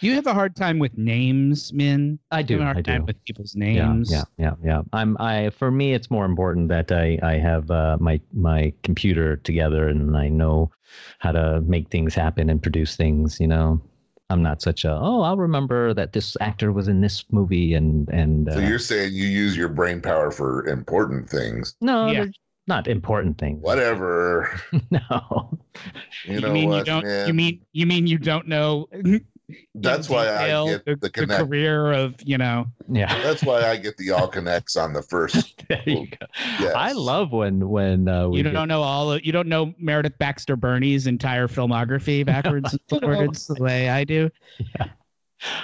A: You have a hard time with names, Min.
E: I
A: You
E: do.
A: have a
E: I
A: hard
E: do.
A: time with people's
E: Yeah,
A: names.
E: yeah, yeah, yeah. I'm. I for me, it's more important that I I have uh, my my computer together and I know how to make things happen and produce things. You know, I'm not such a oh I'll remember that this actor was in this movie and and uh,
B: So you're saying you use your brain power for important things.
E: no,
A: Yeah.
E: they're not important things.
B: Whatever.
E: no,
B: You, know
A: mean
B: what,
A: you don't
B: man?
A: you mean you mean you don't know in
B: That's why I
A: detail
B: get the connect.
A: career of, you know.
E: yeah.
B: That's why I get the all connects on the first.
E: There you go. I
B: Yes.
E: love when when uh, we
A: You
E: get-
A: don't know all of, you don't know Meredith Baxter Burney's entire filmography backwards and forwards the way I do.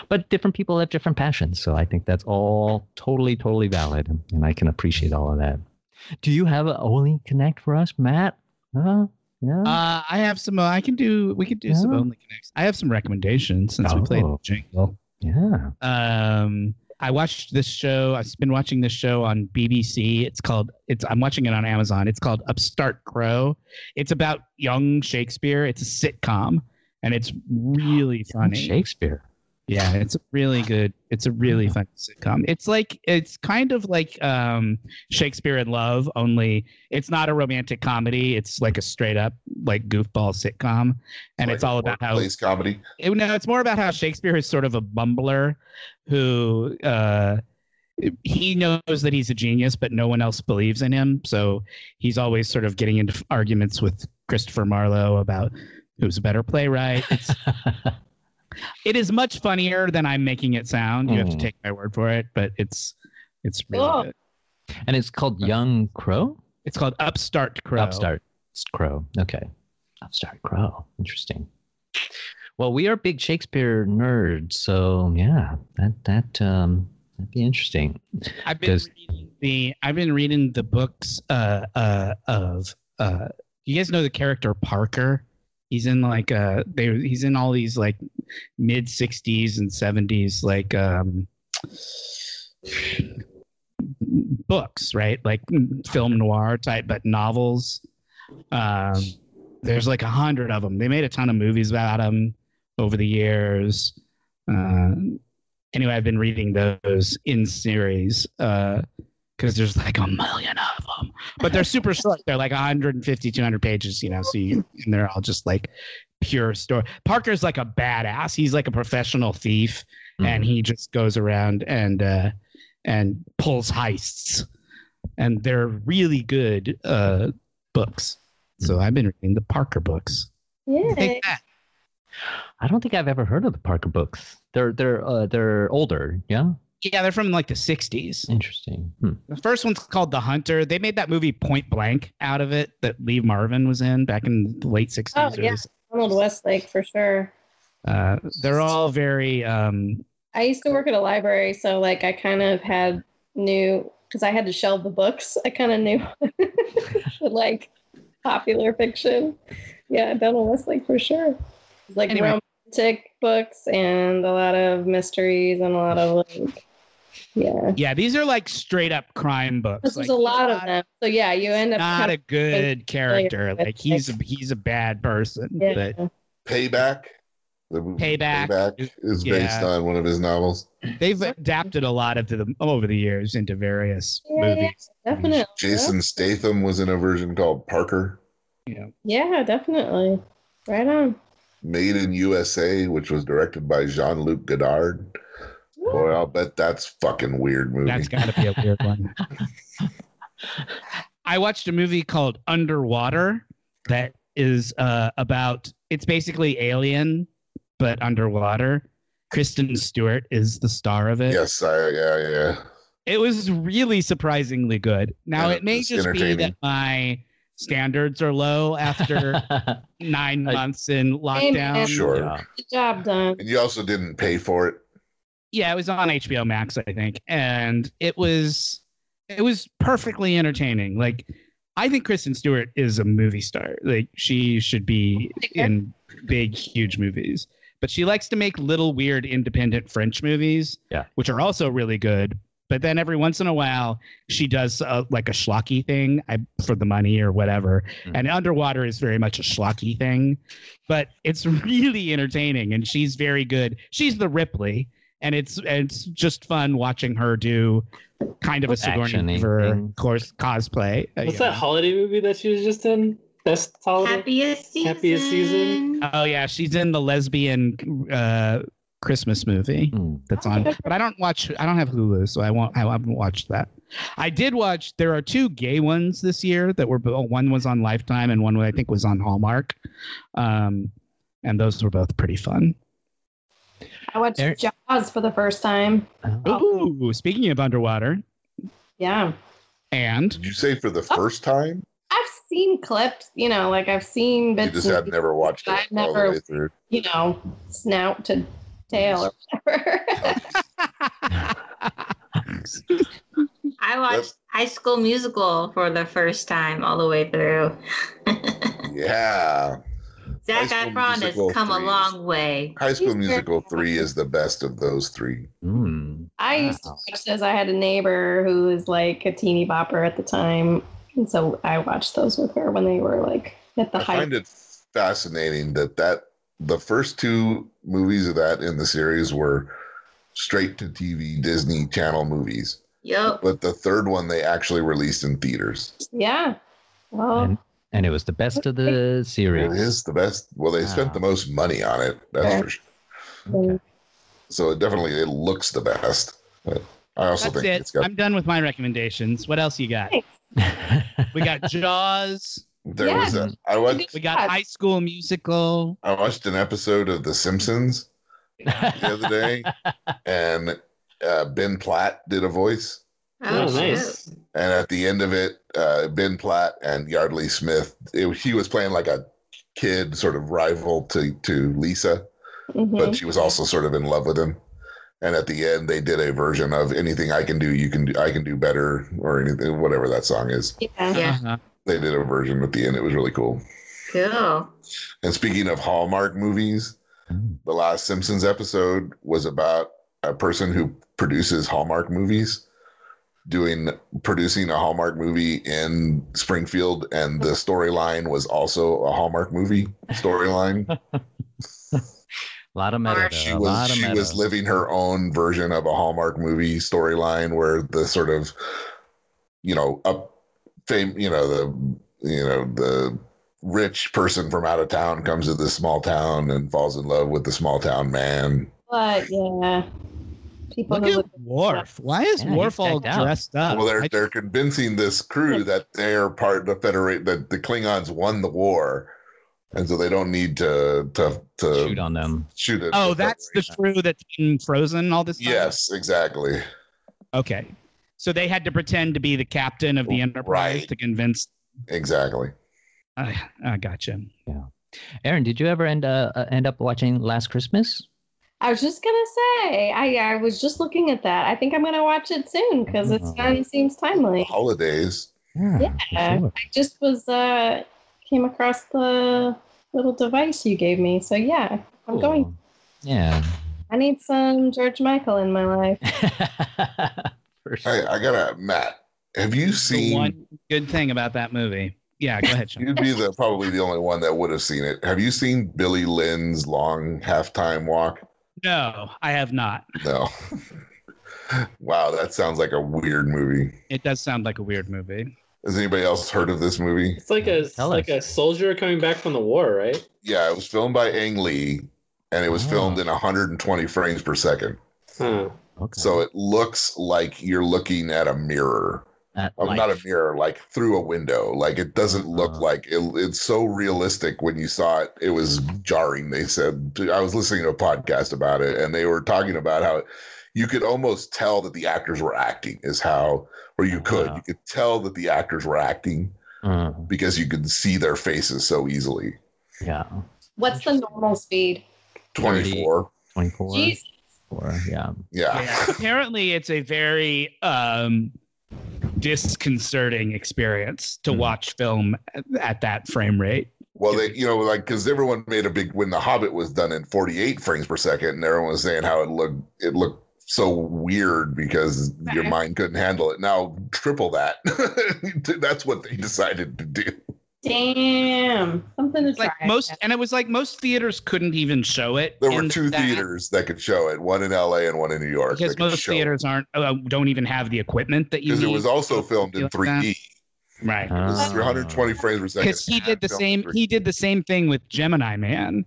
E: but different people have different passions. So I think that's all totally, totally valid. And I can appreciate all of that. Do you have a Only Connect for us, Matt? Huh? Yeah.
A: Uh, I have some. Uh, I can do. We could do some
E: Mm-hmm. Yeah.
A: only connects. I have some recommendations since we played
E: Oh.
A: Jingle.
E: yeah.
A: Um, I watched this show. I've been watching this show on BBC. It's called. It's. I'm watching it on Amazon. It's called Upstart Crow. It's about young Shakespeare. It's a sitcom, and it's really funny.
E: Shakespeare.
A: Yeah, it's a really good. It's a really
E: Oh.
A: fun sitcom. It's like it's kind of like um, Shakespeare in Love, only it's not a romantic comedy. It's like a straight up like goofball sitcom, and it's
B: Like
A: all about how
B: workplace comedy.
A: it, no, it's more about how Shakespeare is sort of a bumbler who uh, he knows that he's a genius, but no one else believes in him. So he's always sort of getting into arguments with Christopher Marlowe about who's a better playwright. It's, It is much funnier than I'm making it sound. You have to
E: Mm.
A: take my word for it, but it's it's really
D: Cool.
A: good.
E: And it's called Young Crow?
A: It's called Upstart Uh, Crow.
E: Upstart Crow. Okay. Upstart Crow. Interesting. Well, we are big Shakespeare nerds, so yeah, that that um that'd be interesting.
A: I've been
E: Does-
A: reading the I've been reading the books uh, uh, of uh, you guys know the character Parker. He's in like uh they he's in all these like mid sixties and seventies like um books, right? Like film noir type, but novels. Um, there's like a hundred of them. They made a ton of movies about them over the years. Um, anyway, I've been reading those in series because there's like a million of them, but they're super short. They're like 150, 200 pages, you know. So you, and they're all just like pure story. Parker's like a badass. He's like a professional thief,
E: Hmm.
A: and he just goes around and uh, and pulls heists, and they're really good uh, books. So I've been reading the Parker books.
D: Yeah.
A: Take that.
E: I don't think I've ever heard of the Parker books. They're they're uh, they're older, yeah.
A: Yeah, they're from like the 60s.
E: Interesting. Hmm.
A: The first one's called The Hunter. They made that movie Point Blank out of it that Lee Marvin was in back in the late 60s.
D: Oh, yeah. Arnold Westlake for sure.
A: Uh, they're all very, um,
D: I used to work at a library, so like I kind of had knew because I had to shelve the books. I kind of knew the, like popular fiction. Yeah, Donald Westlake for sure. Like
A: Anyway.
D: romantic books and a lot of mysteries and a lot of like yeah.
A: yeah, these are like straight up crime books.
D: This
A: Like,
D: was a lot of
A: not-
D: them. So yeah, you end up
A: Not
D: kind
A: a
D: of
A: good character.
D: with,
A: Like he's a, he's a bad person.
D: yeah.
A: But
B: Payback. The movie
A: Payback
B: Payback
A: is-
B: is based
A: yeah.
B: on one of his novels.
A: they've adapted a lot of the over the years into various
D: Yeah, yeah.
A: movies.
D: definitely.
B: Jason Statham was in a version called Parker.
D: Yeah, definitely. Right on.
B: Made in USA, which was directed by Jean Luc Godard. Boy, I'll bet that's fucking weird movie.
A: That's got to be a weird one. I watched a movie called Underwater that is uh, about it's basically Alien but underwater. Kristen Stewart is the star of it.
B: yes, I, yeah, yeah.
A: It was really surprisingly good. Now
B: Yeah,
A: it may
B: it's
A: just be that
B: entertaining.
A: my standards are low after nine
E: I-
A: months in lockdown.
B: Sure.
E: Yeah.
D: Good job done.
B: And you also didn't pay for it.
A: yeah, it was on HBO Max, I think, and it was it was perfectly entertaining. Like, I think Kristen Stewart is a movie star. Like, she should be in big, huge movies, but she likes to make little, weird, independent French movies,
E: Yeah.
A: which are also really good. But then every once in a while, she does uh like a schlocky thing I, for the money or whatever.
E: Mhm.
A: And Underwater is very much a schlocky thing, but it's really entertaining. And she's very good. She's the Ripley and it's it's just fun watching her do kind of a
E: Action-y
A: Sigourney Weaver
E: thing.
A: course cosplay. Uh,
C: What's
A: yeah.
C: that holiday movie that she was just in? Best holiday.
F: Happiest season.
C: Happiest season.
A: Oh yeah, she's in the lesbian uh, Christmas movie
E: Hmm.
A: that's on. But I don't watch. I don't have Hulu, so I won't. I haven't watched that. I did watch. There are two gay ones this year that were. oh, One was on Lifetime, and one I think was on Hallmark. Um, and those were both pretty fun.
D: I watched
E: Eric-
D: Jaws for the first time.
E: Oh,
A: Ooh, speaking of underwater,
D: Yeah.
A: and
B: Did you say for the first time?
D: I've seen clips, you know, like I've seen
B: You
D: bits.
B: just
D: and
B: had never watched it
D: I've
B: all
D: never-
B: the way through.
D: you know, snout to tail or whatever.
F: I watched High School Musical for the first time all the way through.
B: Yeah.
F: Zach
B: High School
F: Efron has
B: Musical
F: come a
B: three is-
F: long way.
B: High School
D: He's very-
B: Musical 3 is the best of those three.
E: hmm.
D: I used to
E: Wow.
D: watch those. I had a neighbor who was like a teeny bopper at the time. And so I watched those with her when they were like at the
B: I
D: height.
B: find it fascinating that that the first two movies of that in the series were straight to TV Disney Channel movies,
F: Yup.
B: but the third one they actually released in theaters.
D: yeah. Well,
E: And, and it was the best of the
B: It
E: series.
B: is the best. Well, they spent
E: Wow.
B: the most money on it. That's
D: Okay.
B: for sure.
E: Okay.
B: So it definitely it looks the best. But I also
A: that's
B: think
A: it.
B: it's got
A: I'm done with my recommendations. What else you got? We got Jaws.
B: there
D: Yeah.
B: was a I watched
A: We got High School Musical.
B: I watched an episode of The Simpsons the other day, and uh, Ben Platt did a voice.
C: Oh, nice.
B: And at the end of it, uh, Ben Platt and Yardley Smith, it, he was playing like a kid, sort of rival to to Lisa,
D: Mhm.
B: but she was also sort of in love with him. And at the end, they did a version of "Anything I Can Do, You Can Do, I Can Do Better" or anything, whatever that song is.
D: Yeah.
F: Yeah.
A: Uh-huh.
B: They did a version at the end. It was really cool.
F: Cool.
B: And speaking of Hallmark movies, the last Simpsons episode was about a person who produces Hallmark movies doing producing a Hallmark movie in Springfield and the storyline was also a Hallmark movie storyline.
E: A lot of meta.
F: Or
E: though,
B: She
E: a
B: was
E: lot of
B: she
E: meta.
B: was living her own version of a Hallmark movie storyline where the sort of you know up fame you know the you know the rich person from out of town comes to this small town and falls in love with the small town man.
D: But yeah, people
A: Look
D: who
A: at
D: look
A: Worf. Why is
E: Yeah, he's
A: Worf all
E: decked out.
A: dressed up?
B: Well, they're
A: Ah, I-
B: they're convincing this crew that they're part of the Federate that the Klingons won the war, and so they don't need to to to
E: shoot on them.
B: shoot it.
A: oh, that's the crew that's been frozen all this time?
B: yes, exactly.
A: Okay. So they had to pretend to be the captain of the Enterprise
B: Right.
A: to convince.
B: Exactly.
A: I I gotcha.
E: Aaron, did you ever end uh, uh, end up watching Last Christmas?
D: I was just gonna say, I I was just looking at that. I think I'm gonna watch it soon because it's
E: Mhm.
D: it seems timely.
B: Holidays.
E: Yeah.
D: Yeah.
E: sure.
D: I just was uh came across the little device you gave me, so yeah, I'm
E: Cool.
D: going.
E: Yeah.
D: I need some George Michael in my life.
E: For sure.
B: Hey, I gotta Matt. Have you
A: The
B: seen?
A: one good thing about that movie. Yeah, go ahead, Sean.
B: You'd be the probably the only one that would have seen it. Have you seen Billy Lynn's long halftime walk?
A: No, I have not.
B: No. wow, that sounds like a weird movie.
A: It does sound like a weird movie.
B: Has anybody else heard of this movie?
C: It's like a it's
E: Tell
C: like
E: us.
C: a soldier coming back from the war, right?
B: Yeah, it was filmed by Ang Lee and it was
E: Oh.
B: filmed in 120 frames per second.
C: Huh.
E: Okay.
B: So it looks like you're looking at a mirror.
E: At
B: Oh,
E: life.
B: Not a mirror, like through a window. Like it doesn't look
E: Uh-huh.
B: like it, it's so realistic when you saw it. It was jarring. They said, I was listening to a podcast about it and they were talking about how you could almost tell that the actors were acting, is how, or you could,
E: Wow.
B: you could tell that the actors were acting
E: Uh,
B: because you could see their faces so easily.
E: yeah.
D: What's the normal speed?
B: 24.
E: 24.
D: Jeez.
E: Or, yeah.
B: Ah.
A: Yeah. Apparently, it's a very um, disconcerting experience to
E: Hmm.
A: watch film at, at that frame rate.
B: Well, they, you know, like because everyone made a big when the Hobbit was done in 48 frames per second, and everyone was saying how it looked it looked so weird because your
D: Right.
B: mind couldn't handle it. Now triple that. That's what they decided to do.
D: Damn, something to
A: It's like
D: try.
A: most, and it was like most theaters couldn't even show it.
B: There were
A: in
B: two
A: that
B: theaters that could show it, one in L.A. and one in New York.
A: because most theaters aren't uh, don't even have the equipment that you
B: because
A: need.
B: it was also filmed in
A: like that.
B: 3D, It
A: right.
B: was
E: Ah.
B: 320 frames per second.
A: because he did the
B: Filmed
A: same
B: in
A: he did the same thing with gemini man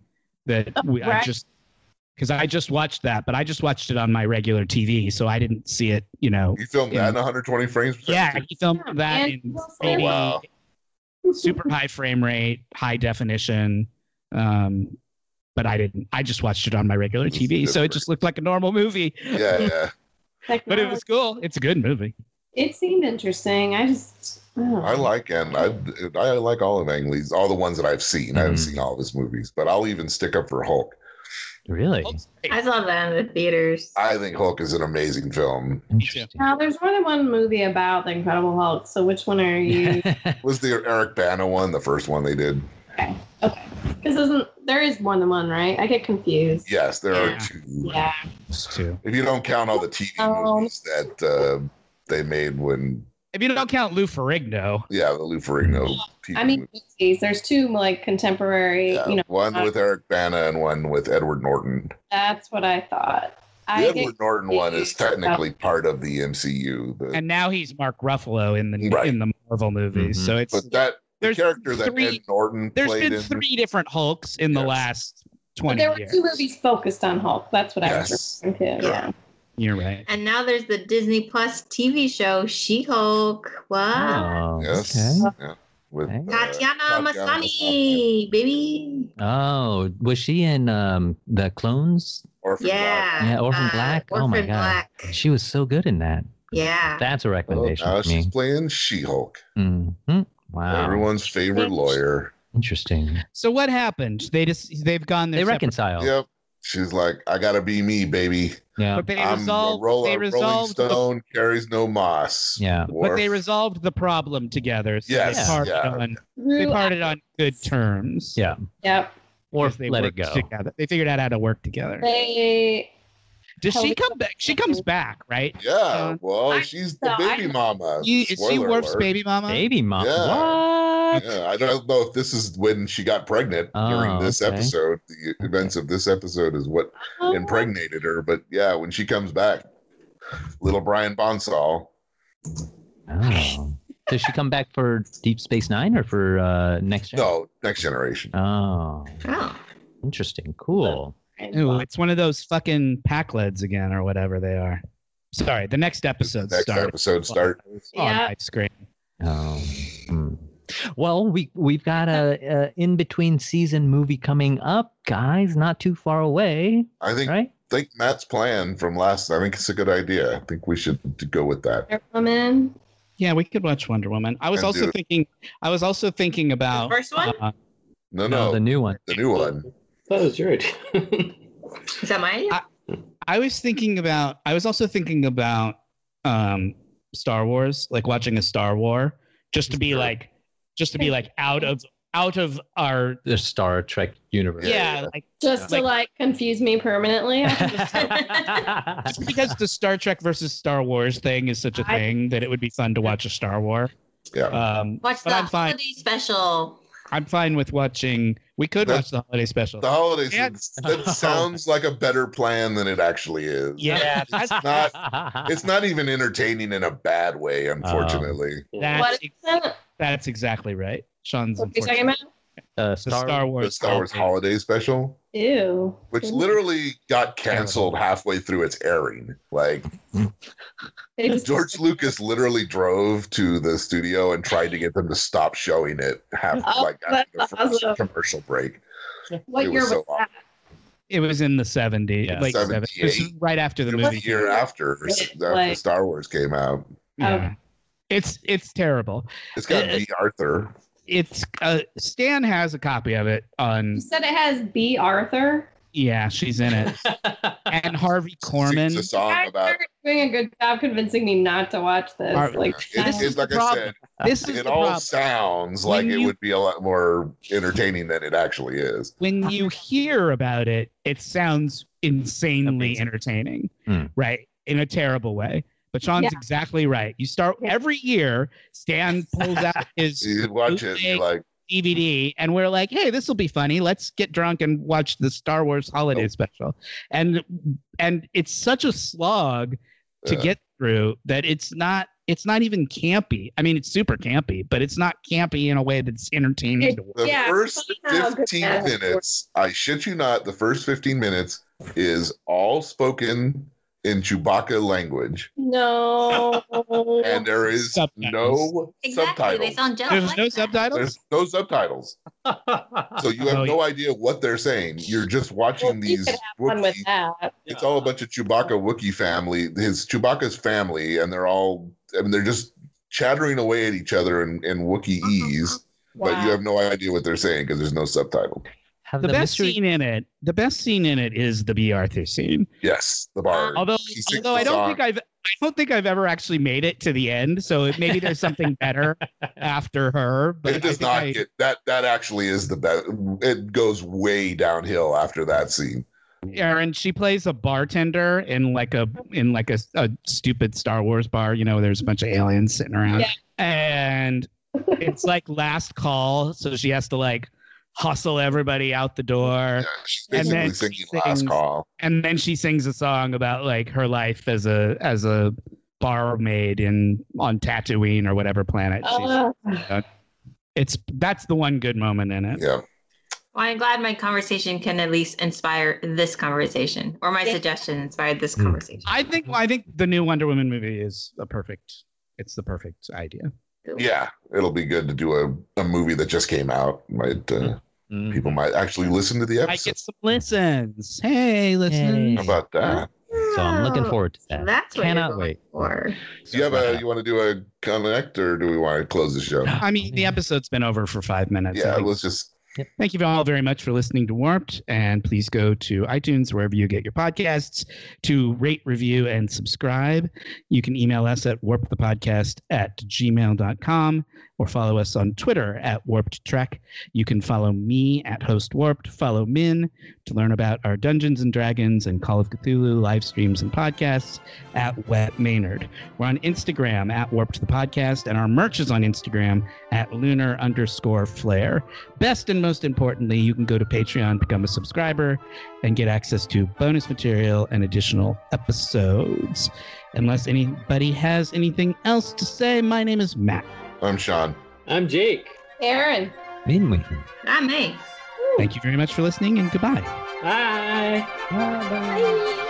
A: that we, i
D: Oh, Right.
A: just because i just watched that but i just watched it on my regular tv so i didn't see it you know
B: 3D. He filmed that
A: in-
B: in 120 frames per second.
A: yeah
B: too?
A: he filmed
D: Yeah,
A: that
D: and
A: in
D: also-
B: Oh,
A: 80,
B: wow.
A: super high frame rate high definition um but i didn't i just watched it on my regular
B: This is
A: tv so it
B: different.
A: just looked like a normal movie
B: Yeah, yeah.
A: but it was cool it's a good movie
D: uh, It seemed interesting. I just. oh.
B: I like and I I like all of Ang Lee's, all the ones that I've seen. I haven't
E: Mhm.
B: seen all of his movies, but I'll even stick up for Hulk.
E: Really?
D: Oh.
F: I saw that in the theaters.
B: I think Hulk is an amazing film.
E: Interesting.
D: Now, there's more than one movie about the Incredible Hulk. So, which one are you?
B: Was the Eric Bana one the first one they did?
D: okay, because isn't there is more than one, right? I get confused.
B: Yes, there
A: Yeah.
B: are two.
D: Yeah.
A: It's two.
B: If you don't count all the TV
D: Um,
B: movies that uh, they made when,
A: if you don't count lou ferrigno
B: yeah, the Lou Ferrigno TV
D: I mean,
B: movie.
D: movies. there's two like contemporary.
B: Yeah,
D: You know,
B: one
D: uh,
B: with Eric Bana and one with Edward Norton.
D: that's what I thought.
B: The
D: I
B: Edward
D: get,
B: Norton one is technically part of the MCU, but,
A: and now he's mark ruffalo in the
B: Right. Mm-hmm.
A: in the marvel movies so it's
B: but that the
A: There's
B: character that
A: three-
B: Ed Norton
A: There's
B: played
A: been
B: in
A: three different Hulks in the
B: Yes.
A: last
D: but
A: 20
D: there were
A: years.
D: two movies focused on Hulk. That's what I
B: Yes.
D: was referring to. Yeah.
A: You're right.
F: And now there's the Disney Plus TV show She Hulk. Wow.
E: Oh,
B: Yes.
E: okay.
B: Yeah. With
E: Okay.
B: uh,
F: Tatiana
B: Masany.
F: Maslany, baby.
E: Oh, was she in um, the clones
B: Orphan Black.
F: yeah. Uh,
E: Yeah, Orphan Black? Oh my
F: Orphan
E: God.
F: Black.
E: She was so good in that.
F: Yeah.
E: That's a
B: Oh,
E: recommendation
B: now
E: for me.
B: she's playing She Hulk,
E: Mhm. Wow.
B: everyone's favorite lawyer.
E: Interesting.
A: So what happened? They just they've gone their
E: They
A: separate-
E: reconcile.
B: Yep. She's like, I gotta be me, baby.
E: Yeah.
A: But they
B: I'm
A: resolved.
B: a roll-
A: they
B: a
A: resolved.
B: Rolling
A: The,
B: Stone carries no moss.
E: Yeah.
A: but they
B: Worf.
A: resolved the problem together. So
B: Yes,
A: They parted,
B: yeah.
A: on, they
D: Rue-
A: parted on good terms.
E: Yeah.
D: Yep.
E: Or
A: Because they
E: let
A: worked
E: it go.
A: Together. They figured out how to work together.
D: They
A: Does she
D: Totally.
A: come back? She comes back, right?
B: Yeah.
A: Uh,
B: well,
D: I-
B: she's
D: so
B: the
D: I-
B: baby mama.
A: You, is she
B: Uh, Spoiler
A: Worf's
B: alert.
A: baby mama?
E: Baby mom.
B: Yeah.
E: What?
B: Yeah, I don't know if this is when she got pregnant
E: Oh,
B: during this
E: okay.
B: episode. The events of this episode is what
D: Oh. um,
B: impregnated her. But yeah, when she comes back, little Brian Bonsall.
E: Oh. Does she come back for Deep Space Nine or for uh, Next Gen?
B: No, next generation.
E: Oh,
F: Oh.
E: interesting. Cool.
A: Ooh, it's one of those fucking pack leads again, or whatever they are. Sorry, the next episode
B: next
A: started.
B: episode start.
A: on
D: Yeah.
A: my screen.
E: Oh. hmm. Well, we we've got a, a in between season movie coming up, guys. Not too far away,
B: I think
E: right?
B: think Matt's plan from last. I think it's a good idea. I think we should go with that.
D: Wonder Woman.
A: Yeah, we could watch Wonder Woman. I was
B: And
A: also
B: do-
A: thinking. I was also thinking
E: Oh.
A: about
F: first one?
A: uh,
B: No, no,
E: the
B: the,
E: new one.
B: new one.
C: That was your idea.
E: Uh,
F: Is that mine?
A: I- I was thinking about. I was also thinking about um, Star Wars, like watching a Star War, just to be like, just to be like out of out of our.
E: The Star Trek universe.
A: Yeah, like
D: Just to like confuse me permanently. I can just-
A: just because the Star Trek versus Star Wars thing is such a
D: I-
A: thing that it would be fun to watch a Star War.
B: Yeah.
A: Um,
F: Watch
A: but
F: the
A: I'm fine.
F: holiday special.
A: I'm fine with watching. We could
B: That-
A: watch the holiday special.
B: The holidays.
A: Yeah.
B: That sounds like a better plan than it actually is.
A: yeah, that's,
B: not- It's not even entertaining in a bad way, unfortunately.
A: that's,
D: what is that?
A: that's exactly right. Sean's
D: What are you talking
A: unfortunate.
D: about?
E: uh,
A: the Star Wars.
B: the Star Wars holiday special,
D: Ew.
B: which
D: Ooh.
B: literally got canceled halfway through its airing. Like
D: They just-
B: George Lucas literally drove to the studio and tried to get them to stop showing it half
D: Oh,
B: like after the
D: that's
B: first
D: awesome.
B: commercial break.
D: What
B: it was
D: year was
B: so long.
D: that?
A: It was in the 70s,
E: Yeah.
A: late 70s. It was
B: 78.
A: right after the
B: It was
A: movie.
B: a year after, after
D: Like-
B: Star Wars came out.
A: Yeah. It's it's terrible.
B: It's got
A: Uh,
B: B. Arthur.
A: It's uh, Stan has a copy of it on.
D: You said it has B. Arthur.
A: Yeah, she's in it. And Harvey Corman.
B: sings a song
D: You guys
B: about.
D: are doing a good job convincing me not to watch this.
A: All right.
D: Like,
B: It,
A: This is
B: it's
A: the
B: like I
A: problem.
B: said,
A: This is
B: it
A: the
B: all
A: problem.
B: sounds
A: When
B: like it
A: you-
B: would be a lot more entertaining than it actually is.
E: Uh,
A: when you hear about it, it sounds insanely
E: Amazing.
A: entertaining,
E: Hmm.
A: right? In a terrible way. But Sean's
D: Yeah.
A: exactly right. You start
D: Yeah.
A: every year, Stan pulls out his
B: You watch it and you're like,
A: DVD, and we're like, hey, this will be funny. Let's get drunk and watch the Star Wars holiday
B: Oh.
A: special. And and it's such a slog to
B: Yeah.
A: get through that it's not it's not even campy. I mean, it's super campy, but it's not campy in a way that's entertaining.
D: It-
A: to watch.
B: The
D: Yeah,
B: first
D: funny how good
B: 15
D: that is.
B: minutes, I shit you not, the first 15 minutes is all spoken in Chewbacca language.
D: no.
B: And there is
A: Subtitles.
B: no
F: Exactly. They
B: subtitles.
F: sound just
A: There's
F: like
A: no
F: that.
A: subtitles.
B: There's no subtitles. So you have
A: Oh,
B: no idea what they're saying. You're just watching
D: Ah. Well, you
B: these.
D: could have fun with
B: Wookiee-
D: that.
B: It's all a bunch of Chewbacca Wookiee family, his Chewbacca's family, and they're all, I mean, they're just chattering away at each other in, in Wookiee
D: Uh-huh.
B: ease, but you
D: Wow.
B: have no idea what they're saying because there's no subtitle.
E: Have
A: the, best
E: mystery-
A: scene in it the best scene in it is the b arthur scene
B: Yes, the bar.
D: Um,
A: although
B: She sings
A: although i
B: the
A: don't
B: song.
A: think i've i don't think i've ever actually made it to the end so it, maybe there's something better after her but
B: it
A: I think
B: does not
A: I-
B: get that. That actually is the best. It goes way downhill after that scene.
A: Aaron, she plays a bartender in like a in like a, a stupid Star Wars bar. You know, there's a bunch of aliens sitting around,
D: Yeah.
A: and it's like last call, so she has to like hustle everybody out the door,
B: Yeah, she's
A: And then
B: basically
A: she
B: singing "Last
A: sings-
B: Call."
A: and then she sings a song about like her life as a as a barmaid in on Tatooine or whatever planet. She's,
D: Uh,
A: it's that's the one good moment in it.
B: Yeah,
F: Well, I'm glad my conversation can at least inspire this conversation, or my
D: Yeah.
F: suggestion inspired this
E: Hmm.
F: conversation.
A: I think I think the new Wonder Woman movie is a perfect. It's the perfect idea.
B: yeah, it'll be good to do a, a movie that just came out. Might uh,
E: Mm.
B: People might actually listen to the
A: Mm-hmm. I
B: episode.
A: get some listens. Hey, listeners.
B: How about that?
E: So I'm looking
F: Oh.
E: forward to that.
F: That's what
E: Cannot
F: you're going
E: wait.
F: For.
B: Do you have a? You want to do a connect, or do we want to close the show?
A: I mean, the episode's been over for five minutes. I
B: Yeah,
A: think-
B: let's just.
A: Thank you all very much for listening to Warped. And please go to iTunes, wherever you get your podcasts, to rate, review, and subscribe. You can email us at warpthepodcast at gmail.com or follow us on Twitter at Warped Trek. You can follow me at Host Warped, follow Min to learn about our Dungeons and Dragons and Call of Cthulhu live streams and podcasts at Wet Maynard. We're on Instagram at Warped the Podcast, and our merch is on Instagram at lunar underscore flare. Best and most importantly, you can go to Patreon, become a subscriber, and get access to bonus material and additional episodes. Unless anybody has anything else to say, my name is Matt.
B: I'm Sean.
C: I'm Jake.
D: Aaron.
E: Been with
F: Not me.
A: Thank you very much for listening, and goodbye.
C: Bye.
E: you.
F: Bye.